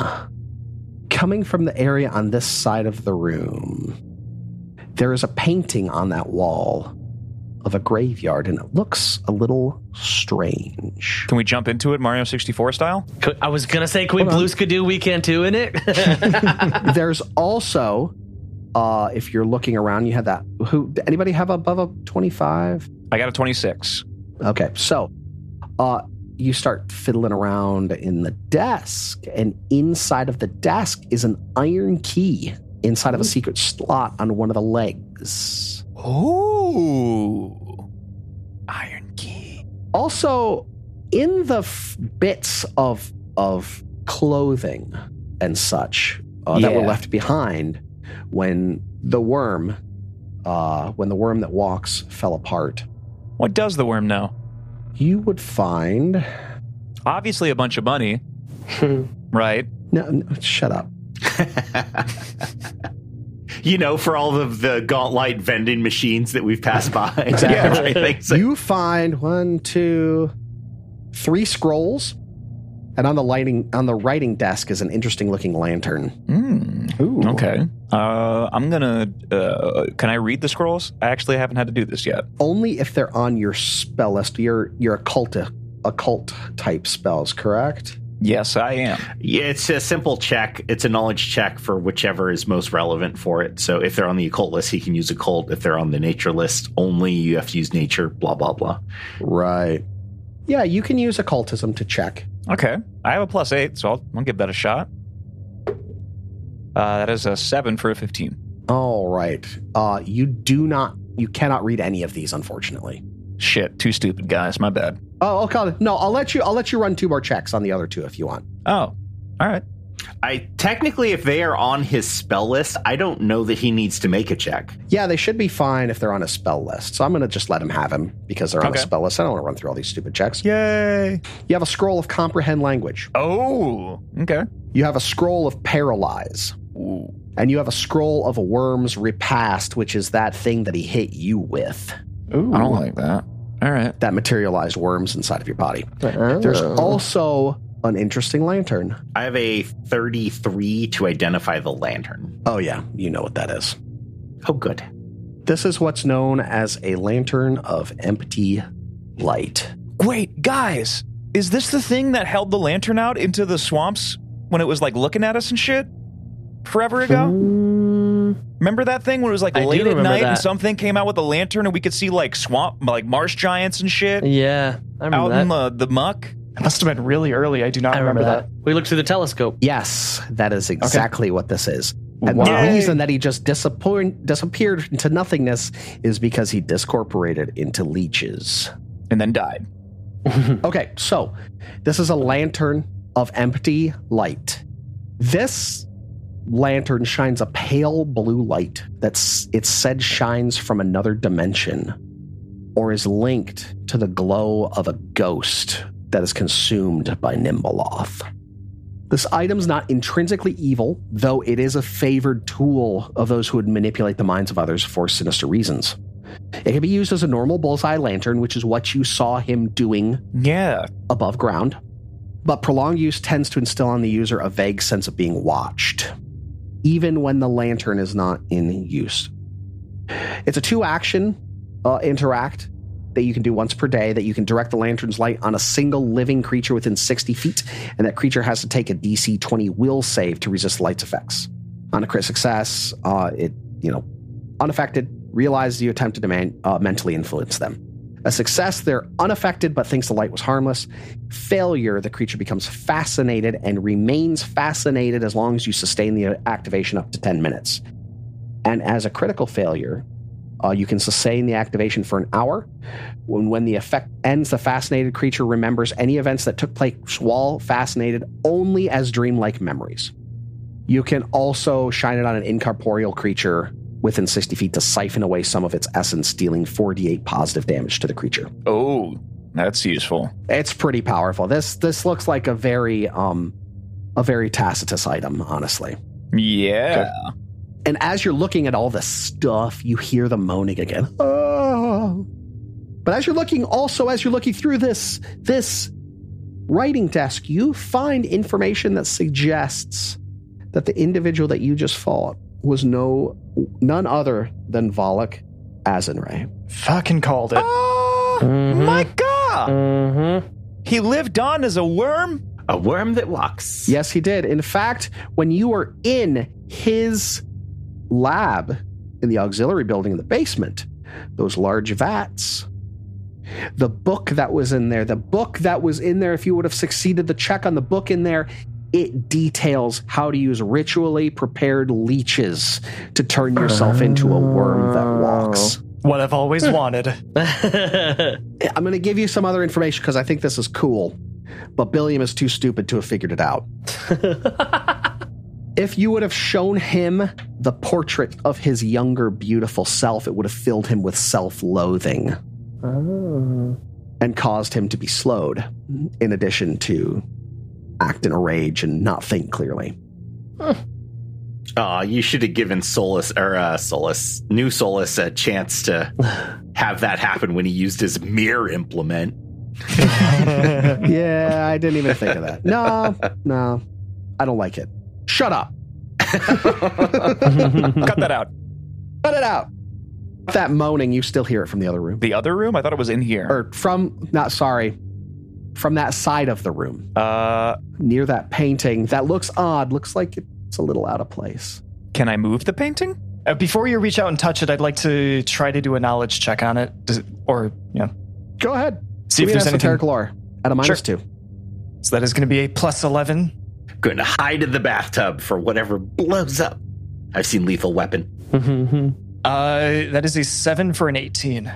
Speaker 2: coming from the area on this side of the room. There is a painting on that wall of a graveyard, and it looks a little strange.
Speaker 4: Can we jump into it Mario 64 style?
Speaker 6: Could- I was gonna say, can we blue skidoo weekend two in it?
Speaker 2: There's also, uh, if you're looking around, you have that. Who? Anybody have above a 25?
Speaker 4: I got a 26.
Speaker 2: Okay, so uh, you start fiddling around in the desk, and inside of the desk is an iron key inside of a secret slot on one of the legs.
Speaker 4: Ooh. Iron Key.
Speaker 2: Also, in the f- bits of of clothing and such uh, that were
Speaker 5: Yeah.
Speaker 2: left behind when the worm, uh, when the worm that walks fell apart,
Speaker 4: What does the worm know?
Speaker 2: you would find.
Speaker 4: Obviously, a bunch of money, right?
Speaker 2: No, no shut up.
Speaker 3: you know, for all of the gauntlet vending machines that we've passed by. Exactly.
Speaker 2: you find one, two, three scrolls, and on the lighting on the writing desk is an interesting looking lantern.
Speaker 4: Mm.
Speaker 5: Ooh.
Speaker 4: Okay. Uh, I'm gonna. Uh, can I read the scrolls? I actually haven't had to do this yet.
Speaker 2: Only if they're on your spell list, your your occult occult type spells, correct?
Speaker 4: Yes, I am.
Speaker 3: yeah, it's a simple check. It's a knowledge check for whichever is most relevant for it. So if they're on the occult list, he can use occult. If they're on the nature list, only you have to use nature, blah, blah, blah.
Speaker 2: Right. Yeah, you can use occultism to check.
Speaker 4: Okay. I have a plus eight, so I'll, I'll give that a shot. Uh, that is a seven for a 15.
Speaker 2: All right. Uh, you do not. You cannot read any of these, unfortunately.
Speaker 4: Shit, too stupid, guys. My bad.
Speaker 2: Oh, okay. No, I'll let you. I'll let you run two more checks on the other two if you want.
Speaker 4: Oh, all right.
Speaker 3: I technically, if they are on his spell list, I don't know that he needs to make a check.
Speaker 2: Yeah, they should be fine if they're on a spell list. So I'm going to just let them have him because they're on
Speaker 4: Okay.
Speaker 2: a spell list. I don't want to run through all these stupid checks.
Speaker 4: Yay.
Speaker 2: You have a scroll of comprehend language.
Speaker 4: Oh, okay.
Speaker 2: You have a scroll of paralyze.
Speaker 4: Ooh.
Speaker 2: And you have a scroll of a worm's repast, which is that thing that he hit you with
Speaker 5: Ooh.
Speaker 4: I don't like that. All right.
Speaker 2: that materialized worms inside of your body. There's
Speaker 6: There's
Speaker 2: also an interesting lantern.
Speaker 3: I have a 33 to identify the lantern.
Speaker 2: Oh, yeah, you know what that is.
Speaker 3: Oh, good.
Speaker 2: This is what's known as a lantern of empty light.
Speaker 4: Wait, guys, is this the thing that held the lantern out into the swamps when it was like looking at us and shit forever ago? Remember that thing when it was like
Speaker 6: Hmm. I do
Speaker 4: late at
Speaker 6: remember
Speaker 4: night and
Speaker 6: that.
Speaker 4: something came out with a lantern and we could see like swamp, like marsh giants and shit
Speaker 6: yeah, I remember
Speaker 4: out
Speaker 6: that.
Speaker 4: in the, the muck?
Speaker 5: It must have been really early. I do not
Speaker 6: I
Speaker 5: remember,
Speaker 6: remember that. We looked through the telescope.
Speaker 2: Yes, that is exactly what this is. And the
Speaker 5: Wow.
Speaker 2: reason that he just disappoint, disappeared into nothingness is because he discorporated into leeches.
Speaker 4: and then died.
Speaker 2: Okay, so this is a lantern of empty light. This lantern shines a pale blue light that's it's said shines from another dimension or is linked to the glow of a ghost that is consumed by Nimbaloth. This item's not intrinsically evil, though it is a favored tool of those who would manipulate the minds of others for sinister reasons. It can be used as a normal bullseye lantern, which is what you saw him doing
Speaker 4: Yeah.
Speaker 2: above ground, but prolonged use tends to instill on the user a vague sense of being watched, even when the lantern is not in use. It's a two action uh, interact that you can do once per day, that you can direct the lantern's light on a single living creature within 60 feet, and that creature has to take a DC 20 will save to resist the light's effects. On a crit success, uh, it, you know, unaffected, realizes you attempted to man- uh, mentally influence them. A success, they're unaffected but thinks the light was harmless. Failure, the creature becomes fascinated and remains fascinated as long as you sustain the activation up to 10 minutes. And as a critical failure, uh, you can sustain the activation for an hour. When, when the effect ends, the fascinated creature remembers any events that took place while fascinated only as dreamlike memories. You can also shine it on an incorporeal creature within 60 feet to siphon away some of its essence, dealing 4d8 positive damage to the creature
Speaker 4: Oh, that's useful.
Speaker 2: it's pretty powerful. This this looks like a very um a very Tacitus item, honestly.
Speaker 4: Yeah.
Speaker 2: And as you're looking at all this stuff, you hear the moaning again. Oh. But as you're looking, also as you're looking through this this writing desk, you find information that suggests that the individual that you just fought was no none other than Volok Azenray.
Speaker 5: Fucking called it.
Speaker 4: Oh my god!
Speaker 6: Mm-hmm.
Speaker 4: He lived on as a worm?
Speaker 3: A worm that walks.
Speaker 2: Yes, he did. In fact, when you were in his lab in the auxiliary building in the basement, those large vats, the book that was in there, the book that was in there, if you would have succeeded the check on the book in there, it details how to use ritually prepared leeches to turn yourself into a worm that walks.
Speaker 5: What I've always
Speaker 6: Hmm.
Speaker 5: wanted.
Speaker 2: I'm going to give you some other information because I think this is cool, but Billiam is too stupid to have figured it out. if you would have shown him the portrait of his younger, beautiful self, it would have filled him with self loathing and caused him to be slowed, in addition to act in a rage and not think clearly.
Speaker 3: Aw, you should have given Solus or uh, Solus, new Solus, a chance to have that happen when he used his mirror implement.
Speaker 2: yeah, I didn't even think of that. No, no, I don't like it. Shut up.
Speaker 4: Cut that out.
Speaker 2: Shut it out. That moaning, you still hear it from the other room.
Speaker 4: The other room? I thought it was in here.
Speaker 2: or from not sorry from that side of the room
Speaker 4: Uh,
Speaker 2: near that painting that looks odd looks like it's a little out of place
Speaker 4: can I move the painting?
Speaker 5: Uh, before you reach out and touch it, I'd like to try to do a knowledge check on it, Does it- or you know,
Speaker 2: go ahead
Speaker 5: see
Speaker 2: Give
Speaker 5: if
Speaker 2: me
Speaker 5: there's
Speaker 2: an
Speaker 5: anything.
Speaker 2: esoteric lore at a minus two
Speaker 5: So that is going to be a plus eleven.
Speaker 3: Going to hide in the bathtub for whatever blows up. I've seen Lethal Weapon.
Speaker 5: Uh, that is a seven for an eighteen.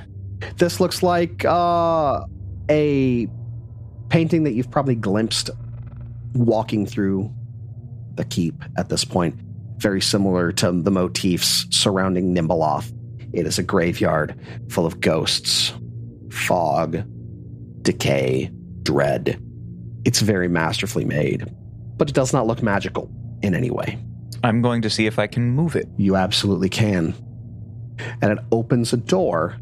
Speaker 2: this looks like uh a painting that you've probably glimpsed walking through the keep at this point very similar to the motifs surrounding Nimbaloth. It is a graveyard full of ghosts, fog, decay, dread. It's very masterfully made, but it does not look magical in any way.
Speaker 4: I'm going to see if I can move it.
Speaker 2: You absolutely can. And it opens a door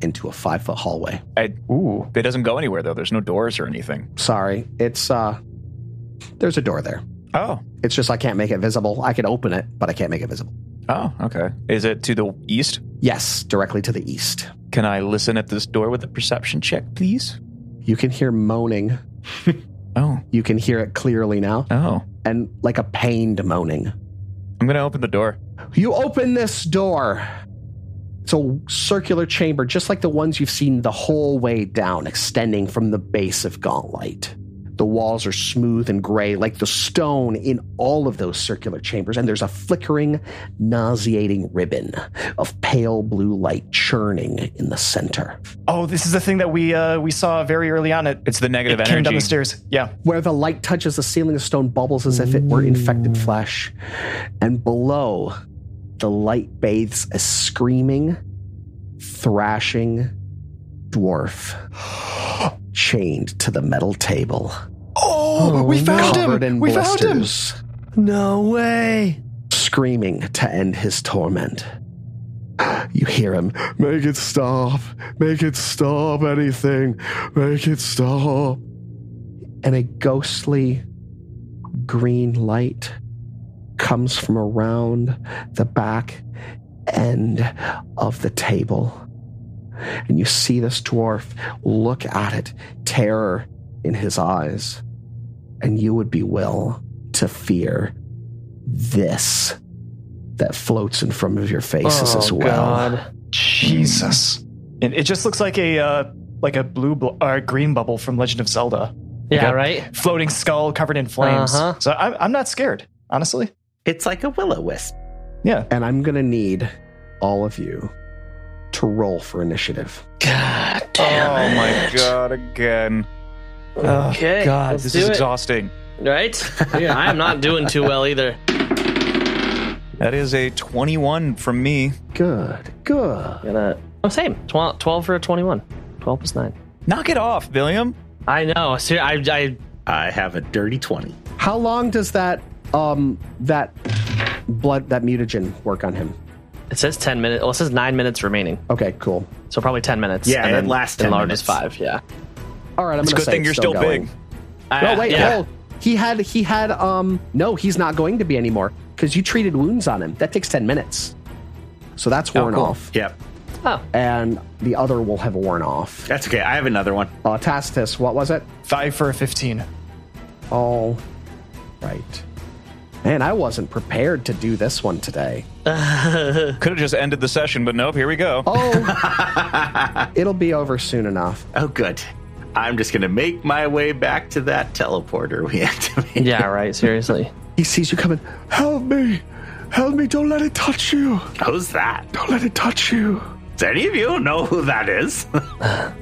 Speaker 2: into a five foot hallway.
Speaker 5: Ooh,
Speaker 4: It doesn't go anywhere, though. There's no doors or anything.
Speaker 2: Sorry, it's, uh, there's a door there.
Speaker 4: Oh.
Speaker 2: It's just I can't make it visible. I can open it, but I can't make it visible.
Speaker 4: Oh, okay. Is it to the east?
Speaker 2: Yes, directly to the east.
Speaker 4: Can I listen at this door with a perception check, please?
Speaker 2: You can hear moaning.
Speaker 4: Oh,
Speaker 2: You can hear it clearly now,
Speaker 4: oh.
Speaker 2: and like a pained moaning.
Speaker 4: I'm going to open the door.
Speaker 2: You open this door. It's a circular chamber, just like the ones you've seen the whole way down, extending from the base of Gauntlight. The walls are smooth and gray, like the stone in all of those circular chambers, and there's a flickering, nauseating ribbon of pale blue light churning in the center.
Speaker 5: oh, this is the thing that we uh, we saw very early on. It,
Speaker 4: It's the negative
Speaker 5: it came down
Speaker 4: energy.
Speaker 5: the stairs. Yeah,
Speaker 2: Where the light touches the ceiling, the stone bubbles as if it were infected flesh. And below, the light bathes a screaming, thrashing dwarf chained to the metal table.
Speaker 5: Oh, we found
Speaker 2: covered in
Speaker 5: him. We found him.
Speaker 2: blisters,
Speaker 5: No way.
Speaker 2: Screaming to end his torment. You hear him, make it stop, make it stop, anything, make it stop. And a ghostly green light comes from around the back end of the table. And you see this dwarf look at it, terror in his eyes. And you would be will to fear this that floats in front of your faces
Speaker 4: Oh,
Speaker 2: as well.
Speaker 5: Jesus. And it just looks like a uh, like a blue bl- uh, green bubble from Legend of Zelda.
Speaker 6: Yeah,
Speaker 5: Okay.
Speaker 6: right?
Speaker 5: Floating skull covered in flames.
Speaker 6: Uh-huh.
Speaker 5: So I'm I'm not scared, honestly.
Speaker 3: It's like a willow wisp.
Speaker 5: Yeah.
Speaker 2: And I'm going to need all of you to roll for initiative.
Speaker 6: God
Speaker 4: oh my god, again.
Speaker 6: Okay,
Speaker 4: god,
Speaker 6: let's
Speaker 4: this
Speaker 6: do
Speaker 4: is
Speaker 6: it.
Speaker 4: exhausting.
Speaker 6: Right? Yeah, I am not doing too well either.
Speaker 4: That is a 21 from me.
Speaker 2: Good, good.
Speaker 6: Gonna... Oh, same. 12, 12 for a 21. 12 plus 9.
Speaker 4: Knock it off, William.
Speaker 6: I know. Ser- I, I,
Speaker 3: I have a dirty 20.
Speaker 2: How long does that um that blood that mutagen work on him?
Speaker 6: it says 10 minutes. Well, it says 9 minutes remaining.
Speaker 2: Okay, cool.
Speaker 6: So probably 10 minutes.
Speaker 3: Yeah,
Speaker 6: and
Speaker 3: it
Speaker 6: then
Speaker 3: lasts 10
Speaker 6: enlarge is
Speaker 3: minutes.
Speaker 6: 5, yeah. Uh,
Speaker 2: All right, I'm
Speaker 4: It's a
Speaker 2: gonna
Speaker 4: good
Speaker 2: say
Speaker 4: thing
Speaker 2: it's
Speaker 4: you're still
Speaker 2: going.
Speaker 4: big.
Speaker 2: No, Oh, wait,
Speaker 6: yeah.
Speaker 2: hold. He had he had um no, he's not going to be anymore because you treated wounds on him. That takes ten minutes, so that's worn
Speaker 4: cool.
Speaker 2: off.
Speaker 3: Yep.
Speaker 6: Oh,
Speaker 2: and the other will have worn off.
Speaker 3: That's okay. I have another one.
Speaker 2: Uh, Tacitus, what was it?
Speaker 5: Five for a 15.
Speaker 2: All right. Man, I wasn't prepared to do this one today.
Speaker 4: Could have just ended the session, but nope, here we go.
Speaker 2: Oh, it'll be over soon enough.
Speaker 3: Oh, good. I'm just going to make my way back to that teleporter we activated.
Speaker 6: yeah, right. Seriously.
Speaker 2: He sees you coming. Help me! Help me! Don't let it touch you!
Speaker 3: Who's that?
Speaker 2: Don't let it touch you!
Speaker 3: Does any of you know who that is?
Speaker 6: Oh,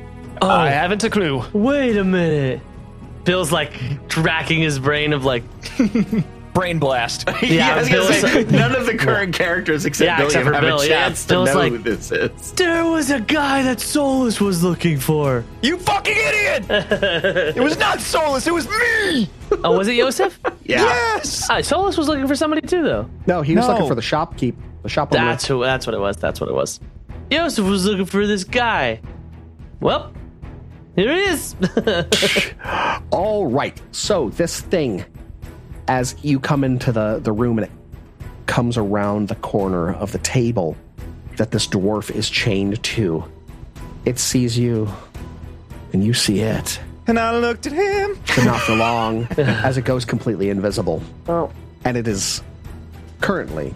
Speaker 5: I haven't a clue.
Speaker 6: wait a minute. Bill's like racking his brain of like,
Speaker 4: Brain blast.
Speaker 6: Yeah,
Speaker 3: I was gonna
Speaker 6: Bill's-
Speaker 3: say, none of the current characters except
Speaker 6: Yeah,
Speaker 3: Billy
Speaker 6: except for
Speaker 3: have
Speaker 6: Bill,
Speaker 3: a
Speaker 6: yeah.
Speaker 3: chance to
Speaker 6: Bill's
Speaker 3: know
Speaker 6: like-
Speaker 3: who this is.
Speaker 6: there was a guy that Solus was looking for.
Speaker 4: you fucking idiot! it was not Solus, it was me!
Speaker 6: Oh, was it Yosef?
Speaker 3: Yeah.
Speaker 4: Yes!
Speaker 6: Uh, Solus was looking for somebody too, though.
Speaker 2: No, he was
Speaker 4: No.
Speaker 2: looking for the shopkeep. The shop owner.
Speaker 6: That's who. That's what it was. That's what it was. Yosef was looking for this guy. Well, here he is.
Speaker 2: All right. So this thing, as you come into the, the room and it comes around the corner of the table that this dwarf is chained to, it sees you and you see it.
Speaker 4: And I looked at him.
Speaker 2: But not for long, as it goes completely invisible.
Speaker 6: oh.
Speaker 2: And it is currently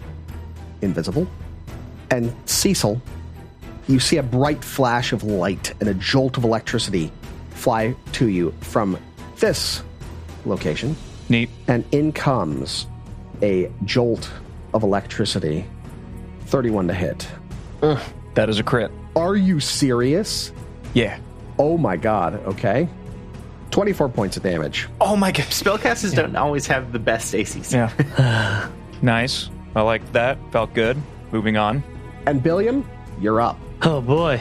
Speaker 2: invisible. And Cecil, you see a bright flash of light and a jolt of electricity fly to you from this location
Speaker 4: Neat.
Speaker 2: and in comes a jolt of electricity. 31 to hit.
Speaker 4: That is a crit.
Speaker 2: Are you serious?
Speaker 4: Yeah.
Speaker 2: Oh my god, okay. 24 points of damage.
Speaker 5: Oh my god.
Speaker 3: Spellcasters don't always have the best ACs.
Speaker 5: Yeah.
Speaker 4: Nice. I like that. Felt good. Moving on.
Speaker 2: And Billiam, you're up.
Speaker 6: oh boy.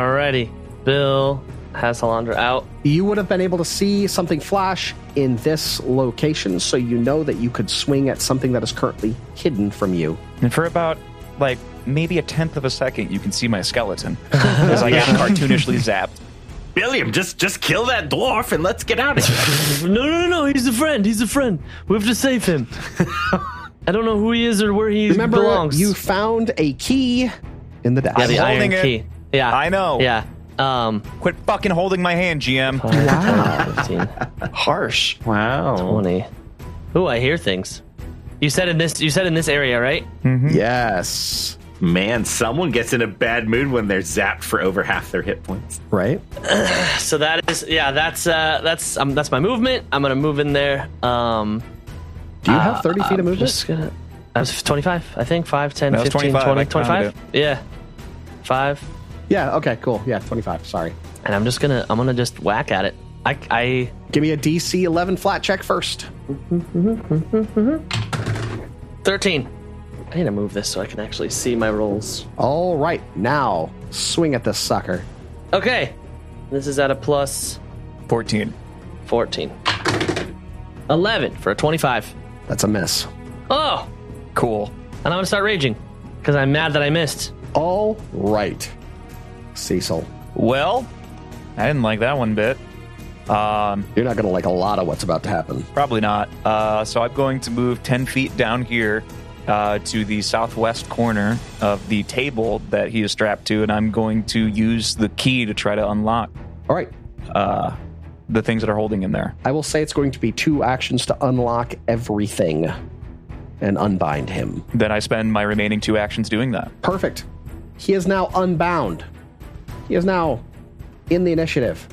Speaker 6: Alrighty. Bill has Halandra out.
Speaker 2: You would have been able to see something flash in this location, so you know that you could swing at something that is currently hidden from you.
Speaker 4: And for about, like, maybe a tenth of a second, you can see my skeleton as I get cartoonishly zapped.
Speaker 3: William, just just kill that dwarf and let's get out of here.
Speaker 6: No, no, no, no. He's a friend. He's a friend. We have to save him. I don't know who he is or where he
Speaker 2: Remember,
Speaker 6: belongs.
Speaker 2: you found a key in the desk.
Speaker 6: yeah, the
Speaker 4: I'm
Speaker 6: iron
Speaker 4: holding it.
Speaker 6: key. Yeah,
Speaker 4: I know.
Speaker 6: Yeah. Um.
Speaker 4: Quit fucking holding my hand, GM.
Speaker 6: 15,
Speaker 5: Harsh.
Speaker 3: Wow.
Speaker 6: 20. Ooh, I hear things. You said in this. You said in this area, right?
Speaker 2: Yes.
Speaker 3: Man, someone gets in a bad mood when they're zapped for over half their hit points.
Speaker 2: Right?
Speaker 6: So that is. Yeah. That's. Uh. That's. Um. That's my movement. I'm gonna move in there. Um.
Speaker 2: Do you have 30 feet of movement?
Speaker 6: Uh, Just gonna. I was 25. I think 5, 10,
Speaker 4: That was
Speaker 6: 15,
Speaker 4: 25,
Speaker 6: 20,
Speaker 4: I counted
Speaker 6: 25. Yeah. Five.
Speaker 2: Yeah, okay, cool. Yeah, 25. Sorry.
Speaker 6: And I'm just gonna. I'm gonna just whack at it. I. I.
Speaker 2: Give me a DC 11 flat check first.
Speaker 6: 13. I need to move this so I can actually see my rolls.
Speaker 2: All right, now swing at this sucker.
Speaker 6: Okay. This is at a plus
Speaker 4: 14.
Speaker 6: 14. 11 for a 25.
Speaker 2: That's a miss.
Speaker 6: Oh!
Speaker 4: Cool.
Speaker 6: And I'm gonna start raging because I'm mad that I missed.
Speaker 2: All right, Cecil.
Speaker 4: Well, I didn't like that one bit. Um,
Speaker 2: You're not going to like a lot of what's about to happen.
Speaker 4: probably not. Uh, so I'm going to move 10 feet down here uh, to the southwest corner of the table that he is strapped to, and I'm going to use the key to try to unlock
Speaker 2: All right,
Speaker 4: uh, the things that are holding him there.
Speaker 2: I will say it's going to be two actions to unlock everything and unbind him.
Speaker 4: Then I spend my remaining two actions doing that.
Speaker 2: Perfect. He is now unbound. He is now in the initiative.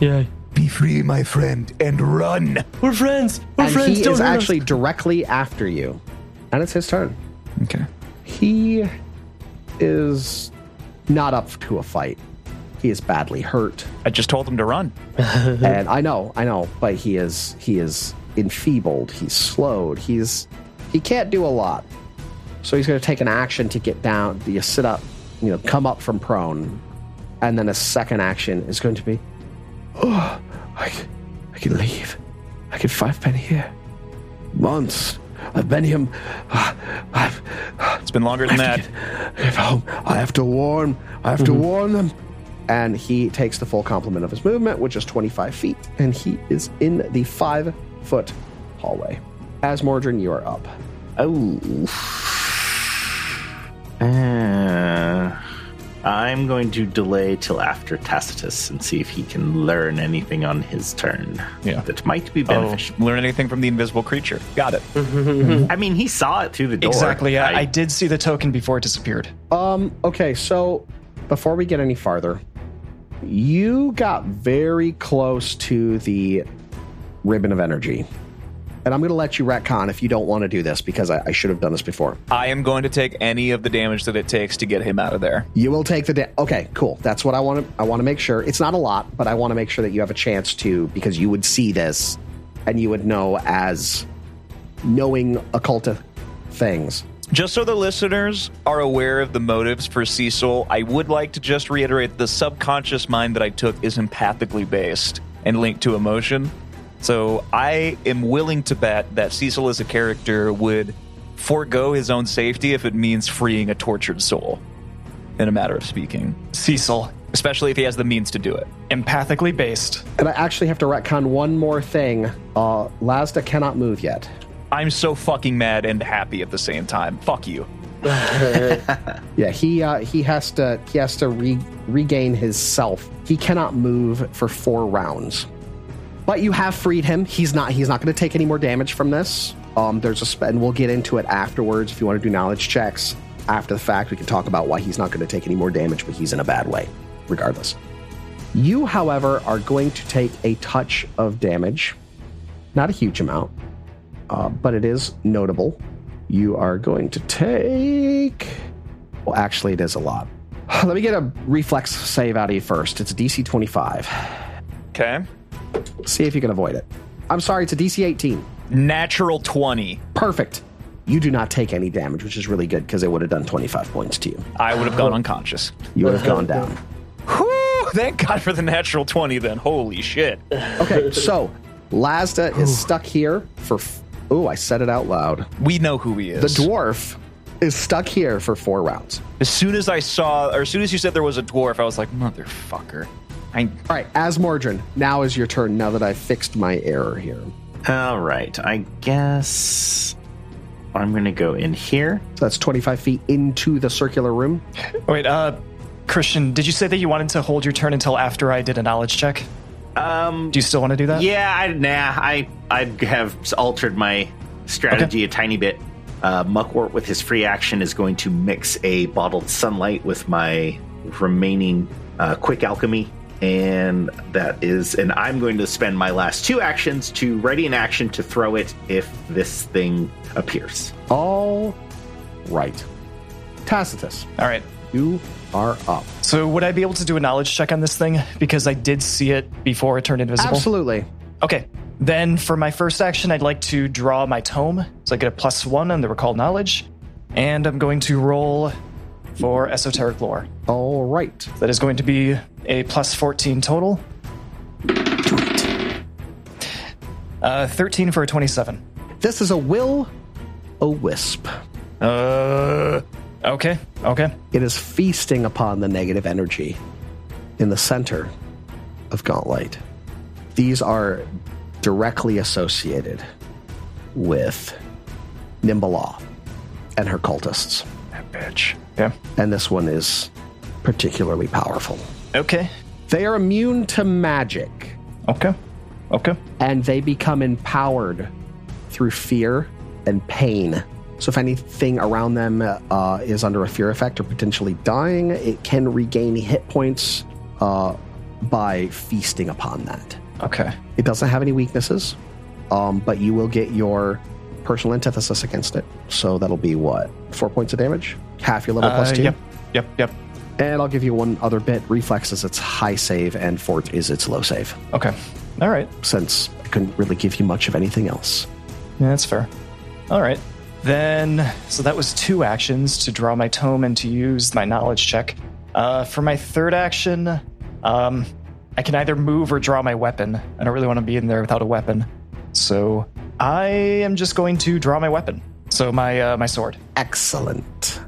Speaker 6: Yeah.
Speaker 4: Be free, my friend, and run.
Speaker 6: We're friends. We're
Speaker 2: and
Speaker 6: friends.
Speaker 2: he
Speaker 6: Don't
Speaker 2: is
Speaker 6: hurt us.
Speaker 2: actually directly after you. And it's his turn.
Speaker 4: Okay.
Speaker 2: He is not up to a fight. He is badly hurt.
Speaker 4: I just told him to run.
Speaker 2: and I know, I know, but he is he is enfeebled, he's slowed, he's he can't do a lot. So he's gonna take an action to get down, you sit up, you know, come up from prone. And then a second action is going to be Oh I, c- I can leave. I can five pen here. Months. I've been here I've
Speaker 4: It's been longer than that.
Speaker 2: if home, I Mm-hmm. have to warn. I have to warn them. And he takes the full complement of his movement, which is 25 feet, and he is in the five foot hallway. As Mordrin, you are up.
Speaker 3: Oh. Uh, I'm going to delay till after Tacitus and see if he can learn anything on his turn.
Speaker 4: Yeah.
Speaker 3: That might be
Speaker 4: Oh,
Speaker 3: beneficial.
Speaker 4: learn anything from the invisible creature? Got it.
Speaker 3: I mean, he saw it through the door.
Speaker 5: Exactly. I,
Speaker 3: I-
Speaker 5: I did see the token before it disappeared.
Speaker 2: Um, okay, so before we get any farther, you got very close to the ribbon of energy. And I'm going to let you retcon if you don't want to do this because I, I should have done this before.
Speaker 4: I am going to take any of the damage that it takes to get him out of there.
Speaker 2: You will take the da- okay, cool. That's what I want to. I want to make sure it's not a lot, but I want to make sure that you have a chance to because you would see this, and you would know as knowing occult things.
Speaker 4: Just so the listeners are aware of the motives for Cecil, I would like to just reiterate the subconscious mind that I took is empathically based and linked to emotion. So I am willing to bet that Cecil as a character would forego his own safety if it means freeing a tortured soul, in a matter of speaking,
Speaker 5: Cecil,
Speaker 4: especially if he has the means to do it.
Speaker 5: empathically based.
Speaker 2: And I actually have to retcon one more thing. Uh, Lazda cannot move yet.
Speaker 4: I'm so fucking mad and happy at the same time. Fuck you.
Speaker 2: Yeah, he uh, he has to he has to re- regain his self. He cannot move for four rounds. But you have freed him. He's not he's not going to take any more damage from this. Um, there's a sp- and we'll get into it afterwards. If you want to do knowledge checks after the fact, we can talk about why he's not going to take any more damage, but he's in a bad way, regardless. You, however, are going to take a touch of damage, not a huge amount, uh, but it is notable. You are going to take. Well, actually, it is a lot. Let me get a reflex save out of you first. It's a DC 25.
Speaker 4: Okay.
Speaker 2: See if you can avoid it. I'm sorry, it's a DC 18.
Speaker 4: Natural 20.
Speaker 2: Perfect. You do not take any damage, which is really good because it would have done 25 points to you.
Speaker 4: I would have gone unconscious.
Speaker 2: You would have gone down.
Speaker 4: Whew, thank God for the natural 20 then. Holy shit.
Speaker 2: Okay, so Lazda is stuck here for. F- oh, I said it out loud.
Speaker 4: We know who he
Speaker 2: The
Speaker 4: is.
Speaker 2: dwarf is stuck here for four rounds.
Speaker 4: as soon as I saw, or as soon as you said there was a dwarf, I was like, motherfucker. I,
Speaker 2: All right, as Mordrin, now is your turn now that I've fixed my error here.
Speaker 3: All right. I guess I'm going to go in here.
Speaker 2: So that's 25 feet into the circular room.
Speaker 5: Wait, uh, Christian, did you say that you wanted to hold your turn until after I did a knowledge check? Um, do you still want to do that?
Speaker 3: Yeah, I, nah, I I have altered my strategy a tiny bit. Uh, Muckwort with his free action is going to mix a bottled sunlight with my remaining uh, quick alchemy, and that is, and I'm going to spend my last two actions to ready an action to throw it if this thing appears.
Speaker 2: All right. Tacitus,
Speaker 5: All right.
Speaker 2: you are up.
Speaker 5: So would I be able to do a knowledge check on this thing because I did see it before it turned invisible?
Speaker 2: Absolutely.
Speaker 5: Okay. Then for my first action, I'd like to draw my tome. So I get a plus one on the recall knowledge. And I'm going to roll for esoteric lore.
Speaker 2: All right.
Speaker 5: That is going to be a plus 14 total. Uh, 13 for a 27.
Speaker 2: This is a will o wisp.
Speaker 5: Uh, okay. Okay.
Speaker 2: It is feasting upon the negative energy in the center of Gauntlet. These are directly associated with Nimbala and her cultists.
Speaker 5: That bitch. Yeah.
Speaker 2: And this one is particularly powerful.
Speaker 5: Okay.
Speaker 2: They are immune to magic.
Speaker 5: Okay. Okay.
Speaker 2: and they become empowered through fear and pain. So, if anything around them uh, is under a fear effect or potentially dying, it can regain hit points uh, by feasting upon that.
Speaker 5: Okay.
Speaker 2: It doesn't have any weaknesses, um, but you will get your personal antithesis against it. So, that'll be what? Four points of damage? Half your level
Speaker 5: Uh,
Speaker 2: plus two?
Speaker 5: Yep. Yep. Yep.
Speaker 2: And I'll give you one other bit. Reflex is its high save, and fourth is its low save,
Speaker 5: Okay. All right.
Speaker 2: since I couldn't really give you much of anything else.
Speaker 5: Yeah, that's fair. All right. Then, so that was two actions to draw my tome and to use my knowledge check. Uh, for my third action, um, I can either move or draw my weapon. I don't really want to be in there without a weapon, so I am just going to draw my weapon. So my uh, my sword.
Speaker 2: excellent.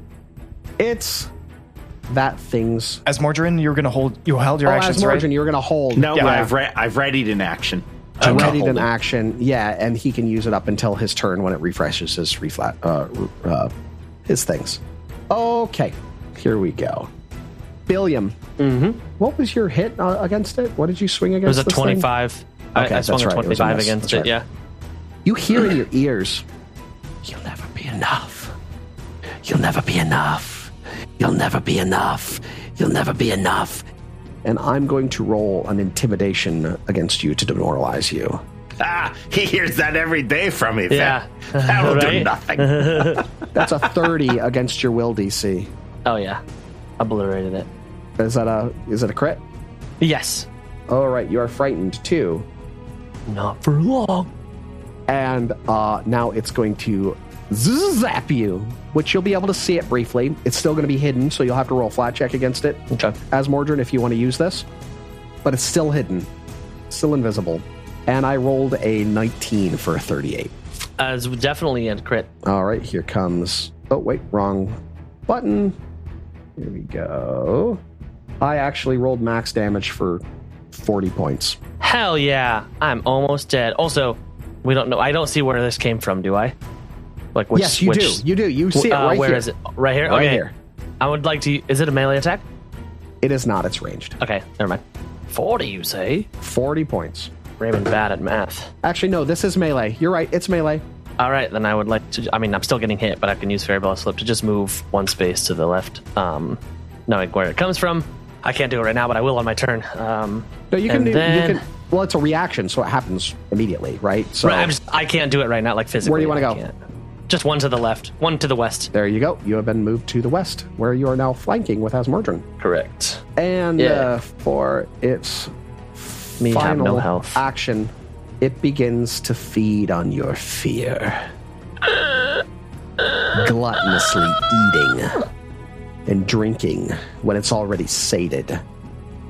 Speaker 2: It's that thing's.
Speaker 5: As Mordrin, you're gonna hold. You held your
Speaker 2: Oh, as
Speaker 5: actions,
Speaker 2: Margin,
Speaker 5: right?
Speaker 2: you're going to hold.
Speaker 3: No,
Speaker 5: Yeah.
Speaker 3: but I've re- I've readied an action. Oh.
Speaker 2: I
Speaker 3: I'm not
Speaker 2: readied an
Speaker 3: holding.
Speaker 2: action. Yeah, and he can use it up until his turn when it refreshes his reflat, uh, uh, his things. Okay, here we go. Billiam,
Speaker 6: Mm-hmm.
Speaker 2: what was your hit uh, against it? What did you swing
Speaker 6: It was
Speaker 2: against?
Speaker 6: a
Speaker 2: this thing?
Speaker 6: 25. I,
Speaker 2: Okay,
Speaker 6: I swung
Speaker 2: that's
Speaker 6: a
Speaker 2: right, it was a
Speaker 6: 25
Speaker 2: miss,
Speaker 6: against
Speaker 2: that's
Speaker 6: it.
Speaker 2: right.
Speaker 6: Yeah.
Speaker 2: You hear in your ears, You'll never be enough. You'll never be enough. You'll never be enough. You'll never be enough. And I'm going to roll an intimidation against you to demoralize you.
Speaker 3: Ah, he hears that every day from me.
Speaker 6: Yeah.
Speaker 3: That, that'll do
Speaker 6: Right?
Speaker 3: nothing.
Speaker 2: That's a 30 against your will DC.
Speaker 6: Oh, yeah. Obliterated it.
Speaker 2: Is that a is that a crit?
Speaker 6: Yes.
Speaker 2: All right, you are frightened too.
Speaker 6: Not for long.
Speaker 2: and uh, now it's going to zap you, which you'll be able to see it briefly. It's still going to be hidden, so you'll have to roll a flat check against it.
Speaker 6: Okay.
Speaker 2: As Mordrin, if you want to use this, but it's still hidden, still invisible. And I rolled a 19 for a 38.
Speaker 6: As Uh, definitely a crit.
Speaker 2: All right, here comes. Oh, wait, wrong button. Here we go. I actually rolled max damage for 40 points.
Speaker 6: Hell yeah. I'm almost dead. Also, we don't know. I don't see where this came from, do I? Like, which.
Speaker 2: yes, you
Speaker 6: which,
Speaker 2: do. You do. You see it
Speaker 6: uh,
Speaker 2: right
Speaker 6: where
Speaker 2: here.
Speaker 6: is it? Right here?
Speaker 2: Right
Speaker 6: okay.
Speaker 2: here.
Speaker 6: I would like to. Is it a melee attack?
Speaker 2: It is not. It's ranged.
Speaker 6: Okay, never mind. 40, you say?
Speaker 2: 40 points.
Speaker 6: Raymond bad at math.
Speaker 2: Actually, no, this is melee. You're right, it's melee.
Speaker 6: All right, then I would like to. I mean, I'm still getting hit, but I can use Fairy Blast Flip to just move one space to the left, um, knowing where it comes from. I can't do it right now, but I will on my turn. Um,
Speaker 2: No, you can
Speaker 6: and
Speaker 2: do.
Speaker 6: then,
Speaker 2: You can, well, it's a reaction, so it happens immediately, right? So
Speaker 6: Right, I'm just, I can't do it right now, like physically.
Speaker 2: Where do you wanna
Speaker 6: I
Speaker 2: go?
Speaker 6: can't. Just one to the left, one to the west.
Speaker 2: there you go. You have been moved to the west, where you are now flanking with Asmordran.
Speaker 6: Correct.
Speaker 2: And
Speaker 6: Yeah.
Speaker 2: uh, for its
Speaker 6: Me
Speaker 2: final
Speaker 6: have no health.
Speaker 2: action, it begins to feed on your fear, gluttonously eating and drinking when it's already sated.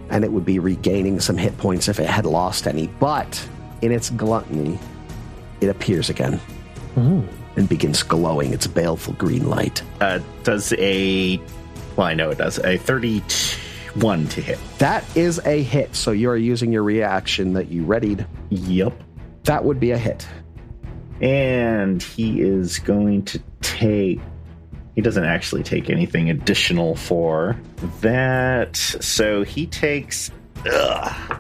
Speaker 2: And it would be regaining some hit points if it had lost any. But in its gluttony, it appears again
Speaker 6: Mm-hmm.
Speaker 2: and begins glowing its baleful green light.
Speaker 3: Uh, does a. Well, I know it does. A 31 to hit.
Speaker 2: That is a hit, so you're using your reaction that you readied.
Speaker 3: Yep.
Speaker 2: That would be a hit.
Speaker 3: And he is going to take. He doesn't actually take anything additional for that. So he takes. Ugh,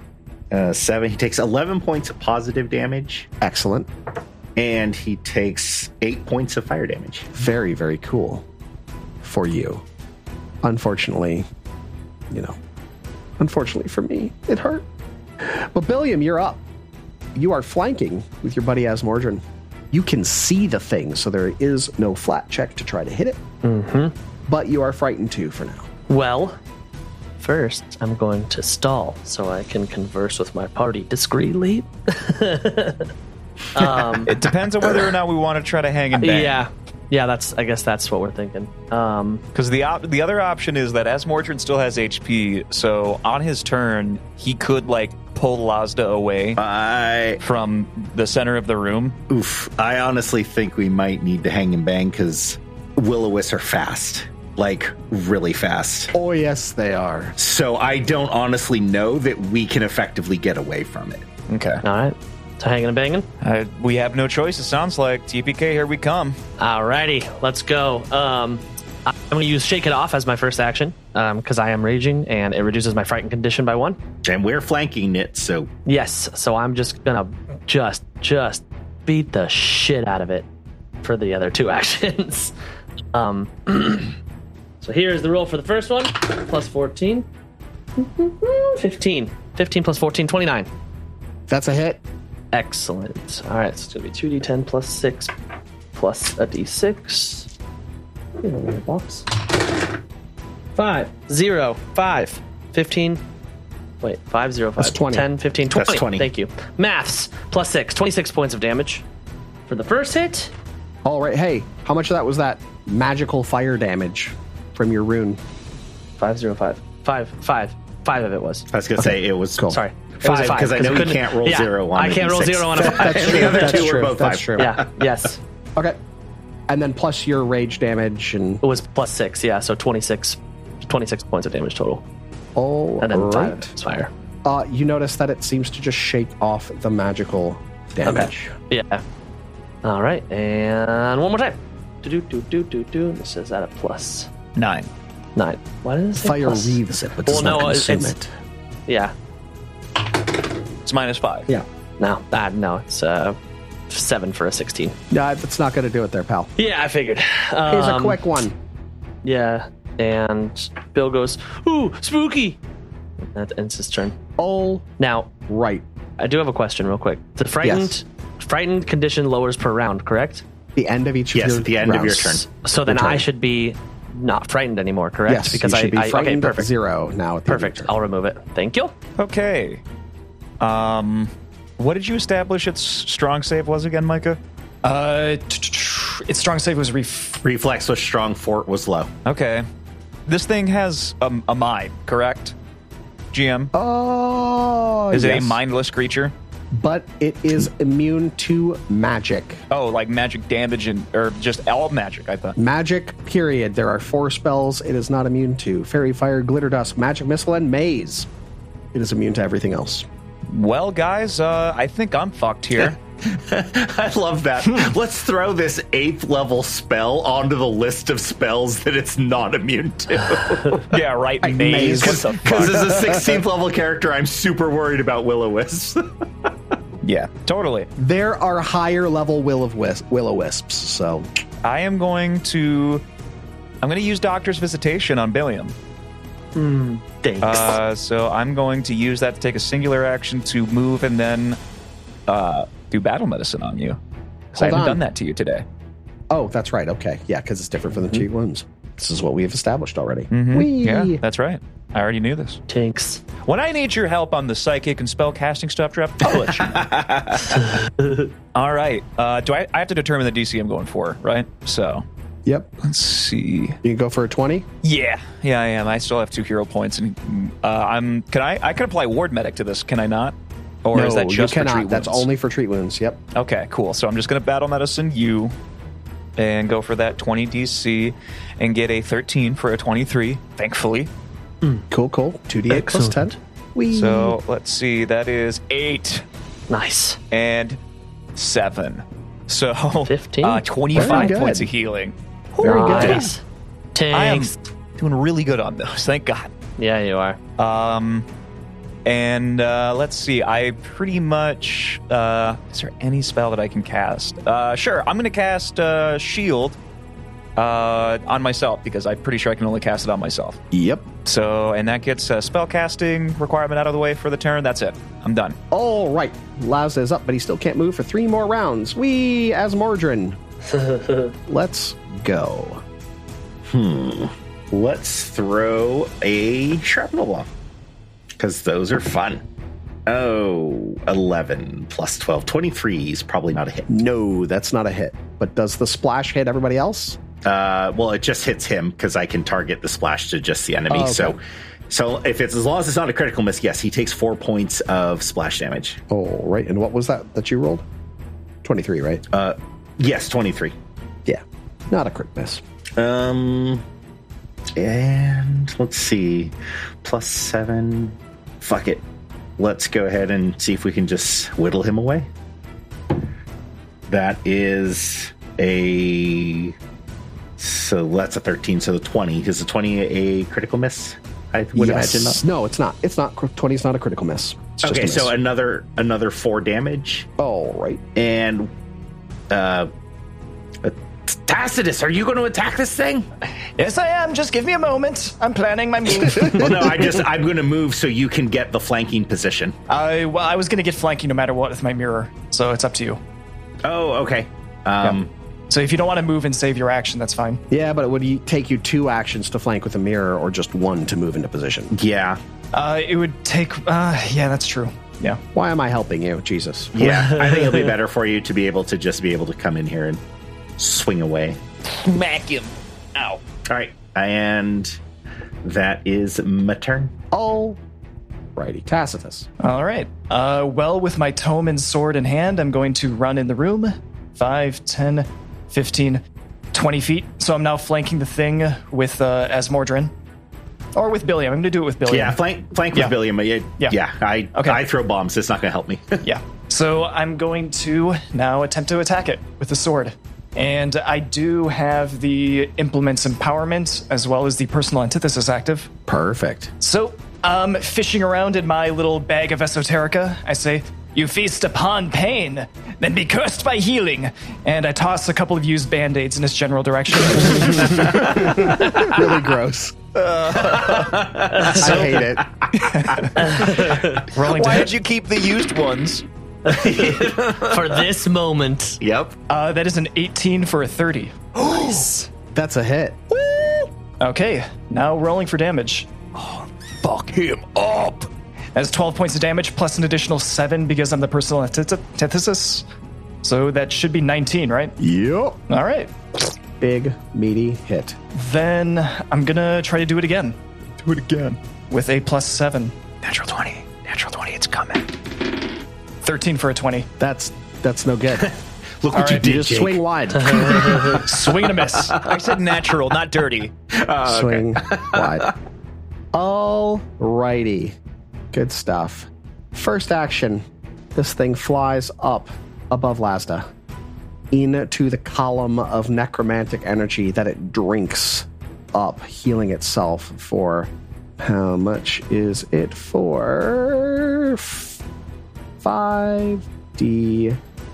Speaker 3: uh, seven. He takes 11 points of positive damage,
Speaker 2: Excellent.
Speaker 3: and he takes eight points of fire damage.
Speaker 2: Very, very cool for you. Unfortunately, you know, unfortunately for me, it hurt. But Billiam, you're up. You are flanking with your buddy Asmordran. You can see the thing, so there is no flat check to try to hit it. Mm-hmm. But you are frightened too for now.
Speaker 6: Well, first, I'm going to stall so I can converse with my party discreetly.
Speaker 4: It depends on whether or not we want to try to hang and bang.
Speaker 6: Yeah. Yeah, that's. I guess that's what we're thinking. Um,
Speaker 4: Because the op- the other option is that Asmordran still has HP, so on his turn he could like pull Lazda away
Speaker 3: I
Speaker 4: from the center of the room.
Speaker 3: oof. I honestly think we might need to hang and bang because will-o-wisps are fast, like really fast.
Speaker 2: Oh, yes, they are.
Speaker 3: So I don't honestly know that we can effectively get away from it.
Speaker 4: Okay,
Speaker 6: all right. So hanging and banging.
Speaker 4: uh, we have no choice. It sounds like TPK. Here we come.
Speaker 6: Alrighty, let's go. Um, I'm going to use Shake It Off as my first action because I am raging and it reduces my frightened condition by one.
Speaker 3: And we're flanking it, so
Speaker 6: Yes, so I'm just going to just, just beat the shit out of it for the other two actions. um, so here's the roll for the first one plus 14. 15. 15 plus 14, 29.
Speaker 2: That's a hit.
Speaker 6: Excellent. All right, so it's going to be 2d10 plus 6 plus a d6. You know, in the box. 5, 0, 5, 15. Wait, 5, 0, 5.
Speaker 2: That's 20.
Speaker 6: 10, 15, 20.
Speaker 3: 20.
Speaker 6: Thank you. Maths, plus 6, 26 points of damage. For the first hit,
Speaker 2: All right. Hey, how much of that was that magical fire damage from your rune?
Speaker 6: 5, 0, 5. 5, 5. 5 of it was.
Speaker 3: I was gonna say Uh, it was
Speaker 2: Cool.
Speaker 6: Sorry.
Speaker 3: was a
Speaker 6: Five,
Speaker 3: five, 'cause I know you
Speaker 6: couldn't-
Speaker 3: can't roll
Speaker 6: yeah,
Speaker 3: zero on
Speaker 6: I
Speaker 3: a
Speaker 6: can't roll
Speaker 3: D6.
Speaker 6: zero on a five.
Speaker 2: That's true.
Speaker 3: other
Speaker 2: that's
Speaker 3: two were
Speaker 2: true.
Speaker 3: both
Speaker 2: that's
Speaker 3: five.
Speaker 2: true.
Speaker 6: yeah, yes.
Speaker 2: Okay. And then plus your rage damage and
Speaker 6: It was plus 6, yeah, so 26, 26 points of damage total.
Speaker 2: oh,
Speaker 6: And then
Speaker 2: right.
Speaker 6: 5 is fire.
Speaker 2: Uh, you notice that it seems to just shake off the magical damage.
Speaker 6: Yeah. All right, and one more time. Do do do do do do. This is at a plus
Speaker 4: Nine.
Speaker 6: Nine. Why does it say
Speaker 2: Fire
Speaker 6: plus?
Speaker 2: wreathes it, but does
Speaker 6: Well,
Speaker 2: not
Speaker 6: no, it's-
Speaker 2: consume
Speaker 6: it's-
Speaker 2: it.
Speaker 6: Yeah.
Speaker 4: It's minus five.
Speaker 2: Yeah.
Speaker 6: No. Ah, no. It's uh, seven for a sixteen.
Speaker 2: No, that's not going to do it there, pal.
Speaker 6: Yeah, I figured.
Speaker 2: Here's a
Speaker 6: Um,
Speaker 2: quick one.
Speaker 6: Yeah. And Bill goes, "Ooh, spooky." And that ends his turn.
Speaker 2: All
Speaker 6: Now,
Speaker 2: right.
Speaker 6: I do have a question, real quick. The frightened, frightened condition lowers per round, correct?
Speaker 2: The end of each of
Speaker 3: Yes,
Speaker 2: your
Speaker 3: at the end of your
Speaker 2: rounds.
Speaker 3: turn.
Speaker 6: So then
Speaker 2: Return.
Speaker 6: I should be not frightened anymore, correct?
Speaker 2: Yes, you should be
Speaker 6: I, okay,
Speaker 2: frightened at
Speaker 6: perfect,
Speaker 2: zero now. At the end of
Speaker 6: perfect.
Speaker 2: your turn.
Speaker 6: I'll remove it. Thank you.
Speaker 4: Okay. Um, what did you establish its strong save was again, Micah?
Speaker 5: Uh, t- t- t- its strong save was ref.
Speaker 3: Reflex was strong, fort was low.
Speaker 4: Okay. This thing has a, a mind, correct? GM?
Speaker 2: Oh,
Speaker 4: Is it
Speaker 2: yes.
Speaker 4: a mindless creature?
Speaker 2: But it is immune to magic.
Speaker 4: Oh, like magic damage and or just all magic, I thought.
Speaker 2: Magic, period. There are four spells it is not immune to Fairy Fire, Glitter Dust, Magic Missile, and Maze. It is immune to everything else.
Speaker 4: Well, guys, uh, I think I'm fucked here.
Speaker 3: I love that. Let's throw this eighth level spell onto the list of spells that it's not immune to.
Speaker 4: yeah, right, maze.
Speaker 2: maze.
Speaker 4: What the fuck?
Speaker 3: Because as a 16th level character, I'm super worried about Will O Wisps.
Speaker 4: Yeah, totally.
Speaker 2: There are higher level will of wisp, will o wisps, so
Speaker 4: I am going to. I'm going to use Doctor's Visitation on Billiam.
Speaker 6: Thanks.
Speaker 4: Uh, so I'm going to use that to take a singular action to move and then uh, do battle medicine on you. 'Cause I
Speaker 2: Hold
Speaker 4: haven't
Speaker 2: on.
Speaker 4: done that to you today.
Speaker 2: Oh, that's right. Okay. Yeah, because it's different from the two wounds. This is what we have established already. Whee!
Speaker 4: Mm-hmm. Yeah, that's right. I already knew this.
Speaker 6: Thanks.
Speaker 4: When I need your help on the psychic and spell casting stuff, drop I'll let you know. All right. Uh, do I, I have to determine the DC I'm going for, right? So
Speaker 2: Yep.
Speaker 4: let's see.
Speaker 2: You can go for a 20.
Speaker 4: Yeah, yeah, I am. I still have two hero points, and uh, I'm. Can I? I can apply ward medic to this. Can I not? Or is that just
Speaker 2: you
Speaker 4: for
Speaker 2: cannot.
Speaker 4: treat
Speaker 2: That's
Speaker 4: wounds?
Speaker 2: only for treat wounds. Yep.
Speaker 4: Okay, cool. So I'm just going to battle medicine you and go for that 20 DC and get a 13 for a 23, thankfully.
Speaker 2: Cool, cool. 2d8 plus 10. Whee!
Speaker 4: So let's see, that is 8
Speaker 6: Nice.
Speaker 4: and 7. So
Speaker 6: 15?
Speaker 4: Uh, 25
Speaker 2: Very good.
Speaker 4: points of healing.
Speaker 2: Very good.
Speaker 6: nice.
Speaker 4: I am
Speaker 6: Thanks.
Speaker 4: doing really good on those, thank God.
Speaker 6: Yeah, you are.
Speaker 4: Um, and uh, let's see. I pretty much. Uh, is there any spell that I can cast? Uh, sure. I'm going to cast uh, Shield uh, on myself because I'm pretty sure I can only cast it on myself.
Speaker 2: Yep.
Speaker 4: So, and that gets uh, spell casting requirement out of the way for the turn. That's it. I'm done.
Speaker 2: All right. Lazda is up, but he still can't move for three more rounds. We as Mordrin. Let's go.
Speaker 3: Let's throw a shrapnel bomb. Because those are fun. Oh, 11 plus 12. 23 is probably not a hit.
Speaker 2: No, that's not a hit. But does the splash hit everybody else?
Speaker 3: Uh, well, it just hits him because I can target the splash to just the enemy.
Speaker 2: Oh, okay.
Speaker 3: So, so if it's as long as it's not a critical miss, yes, he takes four points of splash damage.
Speaker 2: All right. And what was that that you rolled? 23, right?
Speaker 3: Uh, yes, twenty three.
Speaker 2: yeah. Not a crit miss.
Speaker 3: Um, and let's see, plus seven. Fuck it. Let's go ahead and see if we can just whittle him away. That is a so that's a thirteen. So the twenty is the twenty a critical miss. I would imagine not.
Speaker 2: No, it's not. It's not. 20 is not a critical miss. It's just a
Speaker 3: okay,
Speaker 2: miss.
Speaker 3: so another another four damage,
Speaker 2: All right.
Speaker 3: and uh, uh, Tacitus, are you going to attack this thing?
Speaker 5: Yes, I am. Just give me a moment. I'm planning my move.
Speaker 3: well, no, I just I'm going to move so you can get the flanking position.
Speaker 5: I well, I was gonna get flanking no matter what with my mirror, so it's up to you.
Speaker 3: Oh, okay. Um,
Speaker 5: So if you don't want to move and save your action, that's fine.
Speaker 2: Yeah, but it would you take you two actions to flank with a mirror or just one to move into position.
Speaker 3: yeah,
Speaker 5: Uh, it would take. Uh, yeah, that's true. Yeah.
Speaker 2: Why am I helping you? Jesus.
Speaker 3: yeah. I think it'll be better for you to be able to just be able to come in here and swing away.
Speaker 4: Smack him. Ow.
Speaker 3: All right, and that is my turn.
Speaker 2: All righty. Tacitus.
Speaker 5: All right. Uh, well, with my tome and sword in hand, I'm going to run in the room 5, 10, 15, 20 feet. So I'm now flanking the thing with uh, Asmordran. Or with Billiam. I'm going to do it with Billiam.
Speaker 3: Oh, Yeah, flank flank with
Speaker 5: Yeah.
Speaker 3: Billiam. Yeah,
Speaker 5: Yeah.
Speaker 3: yeah. I
Speaker 5: Okay.
Speaker 3: I throw bombs. It's not going to help me.
Speaker 5: Yeah. So I'm going to now attempt to attack it with the sword. And I do have the implements empowerment as well as the personal antithesis active.
Speaker 2: Perfect.
Speaker 5: So, um, fishing around in my little bag of esoterica, I say, You feast upon pain, then be cursed by healing. And I toss a couple of used band aids in its general direction.
Speaker 2: Really gross. I hate it.
Speaker 5: Rolling to
Speaker 7: Why
Speaker 5: hit.
Speaker 7: did you keep the used ones?
Speaker 6: for this moment.
Speaker 3: Yep.
Speaker 5: Uh, that is an 18 for a 30.
Speaker 2: That's a hit.
Speaker 5: Okay, now rolling for damage.
Speaker 7: Fuck him up.
Speaker 5: That's 12 points of damage plus an additional 7 because I'm the personal antith- antithesis. So that should be 19, right?
Speaker 2: Yup.
Speaker 5: All right.
Speaker 2: Big, meaty hit.
Speaker 5: Then I'm going to try to do it again. Do it again. With a plus 7.
Speaker 7: Natural 20. Natural 20. It's coming.
Speaker 5: 13 for a 20.
Speaker 2: That's that's no good.
Speaker 3: Look what you
Speaker 2: You
Speaker 3: did,
Speaker 2: just
Speaker 3: Jake.
Speaker 2: swing wide.
Speaker 5: Swing and a miss.
Speaker 4: I said natural, not dirty.
Speaker 2: swing wide. All righty. Good stuff. First action. This thing flies up above Lazda into the column of necromantic energy that it drinks up, healing itself for how much is it for?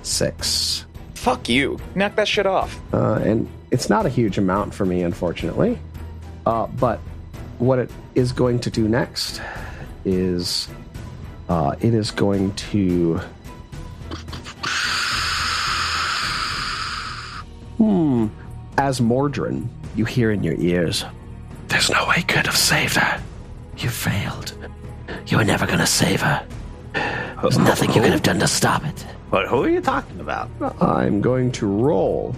Speaker 2: 5d6.
Speaker 4: Fuck you. Knock that shit off.
Speaker 2: Uh, and it's not a huge amount for me, unfortunately. Uh, but what it is going to do next is uh, it is going to. Hmm. Hmm. As Mordrin, you hear in your ears There's no way you could have saved her. You failed. You were never going to save her. There's nothing you could have done to stop it.
Speaker 3: But who are you talking about?
Speaker 2: I'm going to roll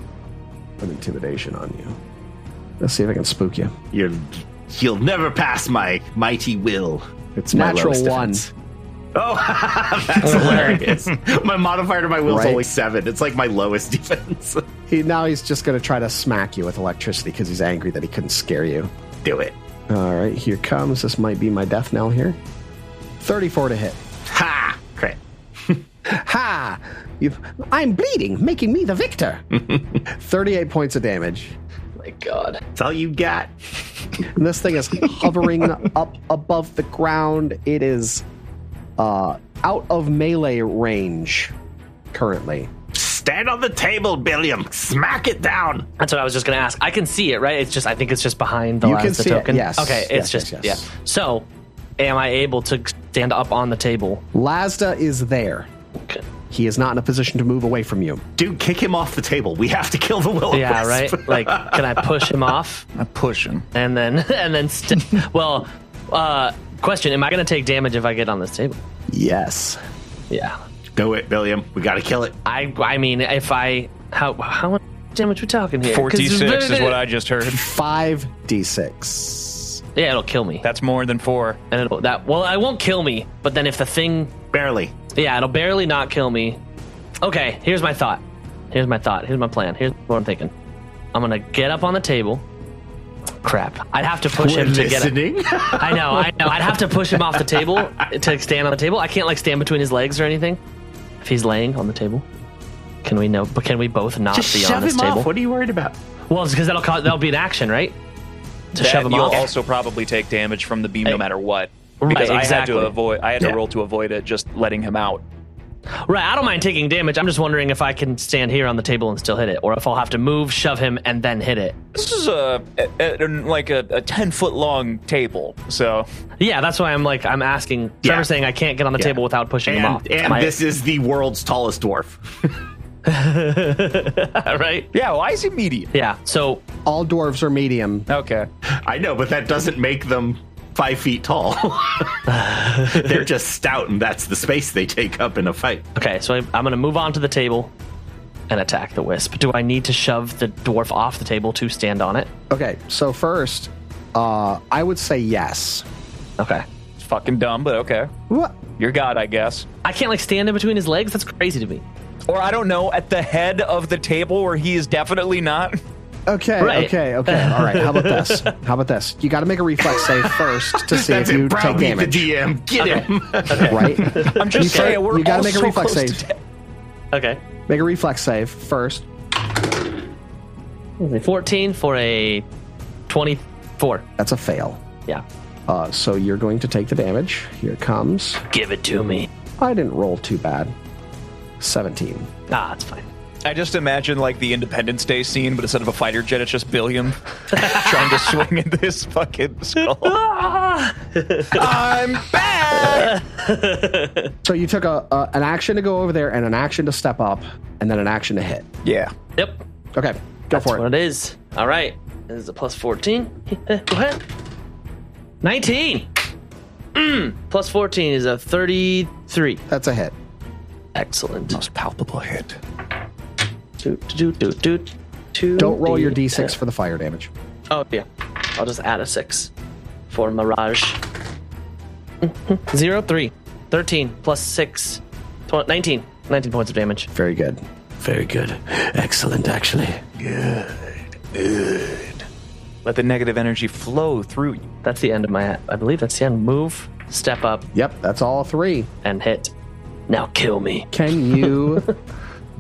Speaker 2: an intimidation on you. Let's see if I can spook you.
Speaker 3: You're, you'll never pass my mighty will. It's my
Speaker 2: Natural
Speaker 3: lowest
Speaker 2: one.
Speaker 3: defense. Oh, that's hilarious. my modifier to my will's
Speaker 2: Right.
Speaker 3: only seven. It's like my lowest defense.
Speaker 2: He, now he's just going to try to smack you with electricity because he's angry that he couldn't scare you.
Speaker 3: Do it.
Speaker 2: All right, here comes. This might be my death knell here. 34 to hit.
Speaker 3: Ha! Crit.
Speaker 2: Ha! You've, I'm bleeding, making me the victor. 38 points of damage.
Speaker 6: Oh My God.
Speaker 3: That's all you got.
Speaker 2: And this thing is hovering up above the ground. It is uh, out of melee range currently.
Speaker 3: Stand on the table, Billiam. Smack it down.
Speaker 6: That's what I was just gonna ask. I can see it, right? It's just I think it's just behind the
Speaker 2: You
Speaker 6: last
Speaker 2: can see it,
Speaker 6: token.
Speaker 2: yes.
Speaker 6: Okay,
Speaker 2: Yes,
Speaker 6: it's just
Speaker 2: yes, yes.
Speaker 6: yeah. So am I able to stand up on the table?
Speaker 2: Lazda is there.
Speaker 6: Okay.
Speaker 2: He is not in a position to move away from you.
Speaker 3: Dude, kick him off the table. We have to kill the will
Speaker 6: Yeah, right? Like can I push him off?
Speaker 4: I push him.
Speaker 6: And then and then st- well, uh question, am I gonna take damage if I get on this table?
Speaker 2: Yes.
Speaker 6: Yeah.
Speaker 3: Do it, Billiam. We got to kill it.
Speaker 6: I I mean if I how how much damage we talking here? 'Cause-
Speaker 4: 4d6 is what I just heard.
Speaker 2: 5d6.
Speaker 6: Yeah, it'll kill me.
Speaker 4: That's more than four.
Speaker 6: And it'll that well, it won't kill me, but then if the thing
Speaker 3: Barely.
Speaker 6: Yeah, it'll barely not kill me. Okay, here's my thought. Here's my thought. Here's my plan. Here's what I'm thinking. I'm gonna get up on the table. Crap. I'd have to push him to get it.
Speaker 3: listening.
Speaker 6: I know, I know. I'd have to push him off the table to stand on the table. I can't like stand between his legs or anything. If he's laying on the table. Can we know but can we both not
Speaker 3: Just
Speaker 6: be on
Speaker 3: shove
Speaker 6: this
Speaker 3: him
Speaker 6: table?
Speaker 3: off. What are you worried about?
Speaker 6: Well, because that'll cause, that'll be an action, right? To
Speaker 4: That
Speaker 6: shove him
Speaker 4: you'll
Speaker 6: off.
Speaker 4: also probably take damage from the beam no
Speaker 6: Hey.
Speaker 4: matter what.
Speaker 6: Right,
Speaker 4: Because I had to
Speaker 6: exactly.
Speaker 4: avoid I had to
Speaker 3: Yeah.
Speaker 4: roll to avoid it just letting him out.
Speaker 6: Right, I don't mind taking damage. I'm just wondering if I can stand here on the table and still hit it, or if I'll have to move, shove him, and then hit it.
Speaker 4: This is a, a, a like a, a ten foot long table. So
Speaker 6: Yeah, that's why I'm like I'm asking.
Speaker 3: Yeah.
Speaker 6: Trevor's saying I can't get on the
Speaker 3: Yeah.
Speaker 6: table without pushing him off.
Speaker 3: And, and
Speaker 6: My-
Speaker 3: this is the world's tallest dwarf.
Speaker 6: right?
Speaker 4: yeah, why is he medium?
Speaker 6: Yeah. So
Speaker 2: All dwarves are medium.
Speaker 4: Okay.
Speaker 3: I know, but that doesn't make them five feet tall. They're just stout, and that's the space they take up in a fight.
Speaker 6: okay, so I, I'm gonna move on to the table and attack the wisp. Do I need to shove the dwarf off the table to stand on it?
Speaker 2: Okay, so first, uh, I would say yes.
Speaker 6: Okay.
Speaker 4: It's fucking dumb, but okay.
Speaker 2: What?
Speaker 4: You're God, I guess.
Speaker 6: I can't like stand in between his legs. That's crazy to me.
Speaker 4: Or I don't know, at the head of the table where he is definitely not.
Speaker 2: Okay,
Speaker 6: Right.
Speaker 2: okay, okay. All right, how about this? How about this? You got to make a reflex save first to see if
Speaker 3: That's
Speaker 2: you
Speaker 3: it.
Speaker 2: take
Speaker 3: Browbeat the
Speaker 2: damage.
Speaker 3: DM. Get him.
Speaker 2: Right?
Speaker 4: I'm just
Speaker 2: You fir-
Speaker 4: saying we're
Speaker 2: you gotta
Speaker 4: all
Speaker 2: make a
Speaker 4: so
Speaker 2: reflex
Speaker 4: close
Speaker 2: save.
Speaker 4: to de-
Speaker 6: Okay.
Speaker 2: Make a reflex save first.
Speaker 6: a 14 for a 24.
Speaker 2: That's a fail.
Speaker 6: Yeah.
Speaker 2: Uh, so you're going to take the damage. Here it comes.
Speaker 6: Give it to me.
Speaker 2: I didn't roll too bad. 17.
Speaker 6: Ah, it's fine.
Speaker 4: I just imagine like the Independence Day scene, but instead of a fighter jet, it's just Billiam trying to swing at this fucking skull. I'm back.
Speaker 2: So you took a, a an action to go over there and an action to step up and then an action to hit.
Speaker 4: Yeah.
Speaker 6: Yep. Go
Speaker 2: Okay, go
Speaker 6: That's
Speaker 2: for it.
Speaker 6: what it is. All right. This is a plus 14. Go ahead. 19. Mm. Plus 14 is a 33.
Speaker 2: That's a hit.
Speaker 6: Excellent.
Speaker 7: Most palpable hit.
Speaker 6: Doot, doot, doot, doot, doot.
Speaker 2: Don't roll your
Speaker 6: Doot.
Speaker 2: d6 for the fire damage.
Speaker 6: Oh yeah, I'll just add a six for Mirage. Zero three. 13 plus 6, tw- 19. 19 points of damage.
Speaker 2: Very good.
Speaker 8: Very good. Excellent, actually.
Speaker 4: Let the negative energy flow through you.
Speaker 6: That's the end of my, I believe that's the end. Move, step up,
Speaker 2: Yep, that's all three.
Speaker 6: and hit. Now kill me.
Speaker 2: Can you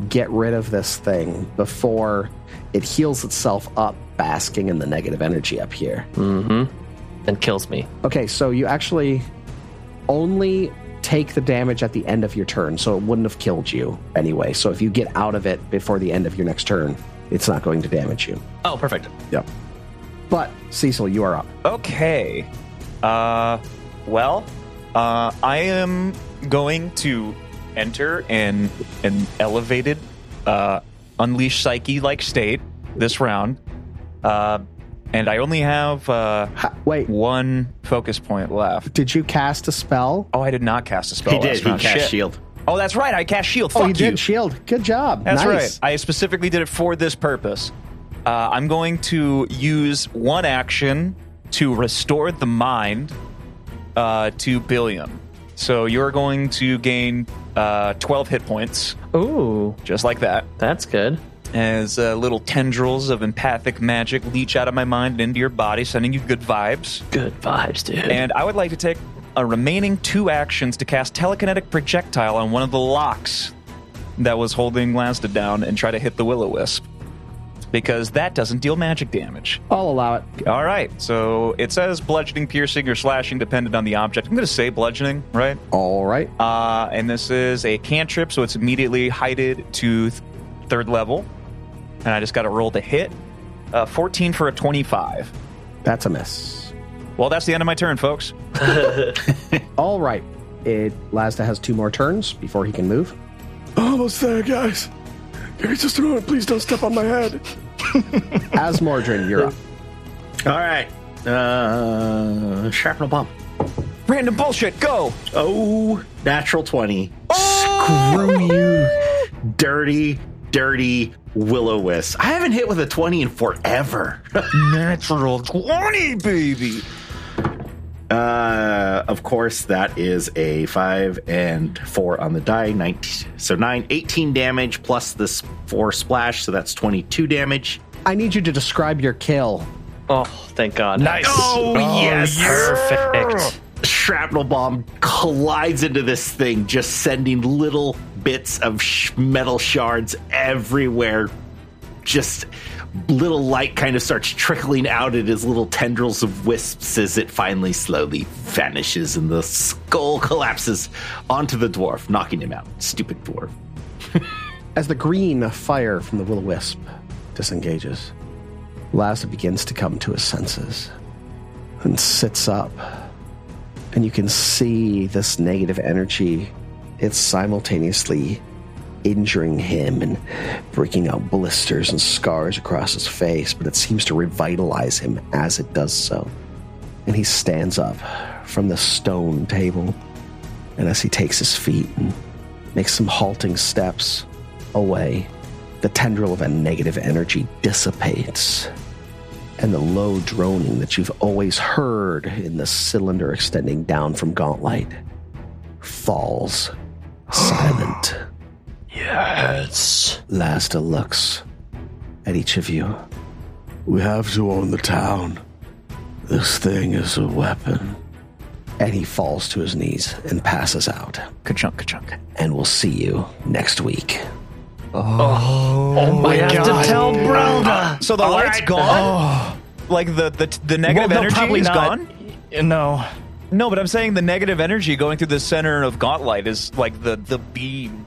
Speaker 2: get rid of this thing before it heals itself up, basking in the negative energy up here?
Speaker 6: And kills me.
Speaker 2: Okay, so you actually only take the damage at the end of your turn, so it wouldn't have killed you anyway. So if you get out of it before the end of your next turn, it's not going to damage you.
Speaker 6: Oh, perfect.
Speaker 2: Yep. But Cecil, you are up.
Speaker 4: Okay. Uh, well, uh, I am going to enter in an elevated, uh, unleash psyche like state this round. Uh, and I only have uh,
Speaker 2: Ha- wait,
Speaker 4: one focus point left.
Speaker 2: did you cast a spell?
Speaker 4: Oh, I did not cast a spell.
Speaker 3: He did.
Speaker 4: last
Speaker 3: He
Speaker 4: round.
Speaker 3: cast
Speaker 4: Shit.
Speaker 3: shield.
Speaker 4: Oh, that's right. I cast shield. Fuck
Speaker 2: oh, you,
Speaker 4: you.
Speaker 2: did shield. Good job.
Speaker 4: That's
Speaker 2: nice.
Speaker 4: right. I specifically did it for this purpose. Uh, I'm going to use one action to restore the mind uh, to Billiam. So you're going to gain uh, 12 hit points,
Speaker 6: Ooh,
Speaker 4: just like that,
Speaker 6: that's good.
Speaker 4: as uh, little tendrils of empathic magic leech out of my mind and into your body, sending you good vibes.
Speaker 6: Good vibes, dude.
Speaker 4: And I would like to take a remaining two actions to cast telekinetic projectile on one of the locks that was holding Lazda down and try to hit the will o wisp. Because that doesn't deal magic damage.
Speaker 2: I'll allow it.
Speaker 4: All right, so it says bludgeoning, piercing, or slashing, dependent on the object. I'm going to say bludgeoning, right?
Speaker 2: All right.
Speaker 4: Uh, and this is a cantrip, so it's immediately heighted to th- third level. And I just got to roll to hit. Uh, 14 for a 25.
Speaker 2: That's a miss.
Speaker 4: Well, that's the end of my turn, folks.
Speaker 2: All right. It Lazda has two more turns before he can move.
Speaker 8: Almost there, guys. Give me just a moment. Please don't step on my head.
Speaker 2: As Mordrin, you're up.
Speaker 3: All right. Uh, shrapnel bomb.
Speaker 4: Random bullshit, go!
Speaker 3: Oh, natural 20.
Speaker 2: Oh!
Speaker 3: Screw you. Dirty, dirty willow wisp. I haven't hit with a 20 in forever.
Speaker 4: Natural 20, baby.
Speaker 3: Uh, of course, that is a 5 and 4 on the die. 19, so 9, 18 damage plus this 4 splash. So that's 22 damage.
Speaker 2: I need you to describe your kill.
Speaker 6: oh, thank God.
Speaker 5: Nice.
Speaker 3: Oh, yes.
Speaker 5: Perfect.
Speaker 3: Shrapnel bomb collides into this thing, just sending little bits of sh- metal shards everywhere. Just little light kind of starts trickling out at his little tendrils of wisps as it finally slowly vanishes and the skull collapses onto the dwarf, knocking him out. Stupid dwarf.
Speaker 2: As the green fire from the will o wisp disengages, Lazda begins to come to his senses and sits up. And you can see this negative energy. It's simultaneously injuring him and breaking out blisters and scars across his face, but it seems to revitalize him as it does so. And he stands up from the stone table. And as he takes his feet and makes some halting steps away, the tendril of a negative energy dissipates. And the low droning that you've always heard in the cylinder extending down from Gauntlight falls silent.
Speaker 7: Yes.
Speaker 2: Lasta looks at each of you.
Speaker 8: We have to own the town. This thing is a weapon.
Speaker 2: And he falls to his knees and passes out.
Speaker 4: Ka-chunk, ka-chunk.
Speaker 2: And we'll see you next week.
Speaker 9: Oh my
Speaker 5: we have to tell Brelda.
Speaker 4: Oh. So the light's gone. Like the the, the
Speaker 9: Well,
Speaker 4: negative
Speaker 9: no,
Speaker 4: energy
Speaker 9: probably
Speaker 4: is
Speaker 9: not.
Speaker 4: gone.
Speaker 9: Y- No.
Speaker 4: No, but I'm saying the negative energy going through the center of Gauntlet is like the the beam.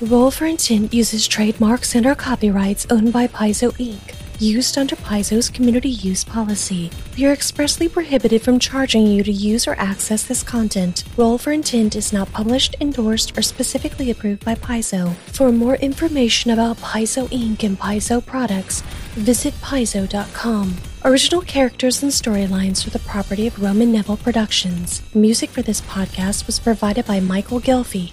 Speaker 1: Roll for Intent uses trademarks and our copyrights owned by Paizo Inc., used under Paizo's community use policy. We are expressly prohibited from charging you to use or access this content. Roll for Intent is not published, endorsed, or specifically approved by Paizo. For more information about Paizo Inc. and Paizo products, visit paizo.com. Original characters and storylines are the property of Roman Neville Productions. Music for this podcast was provided by Michael Gilfie.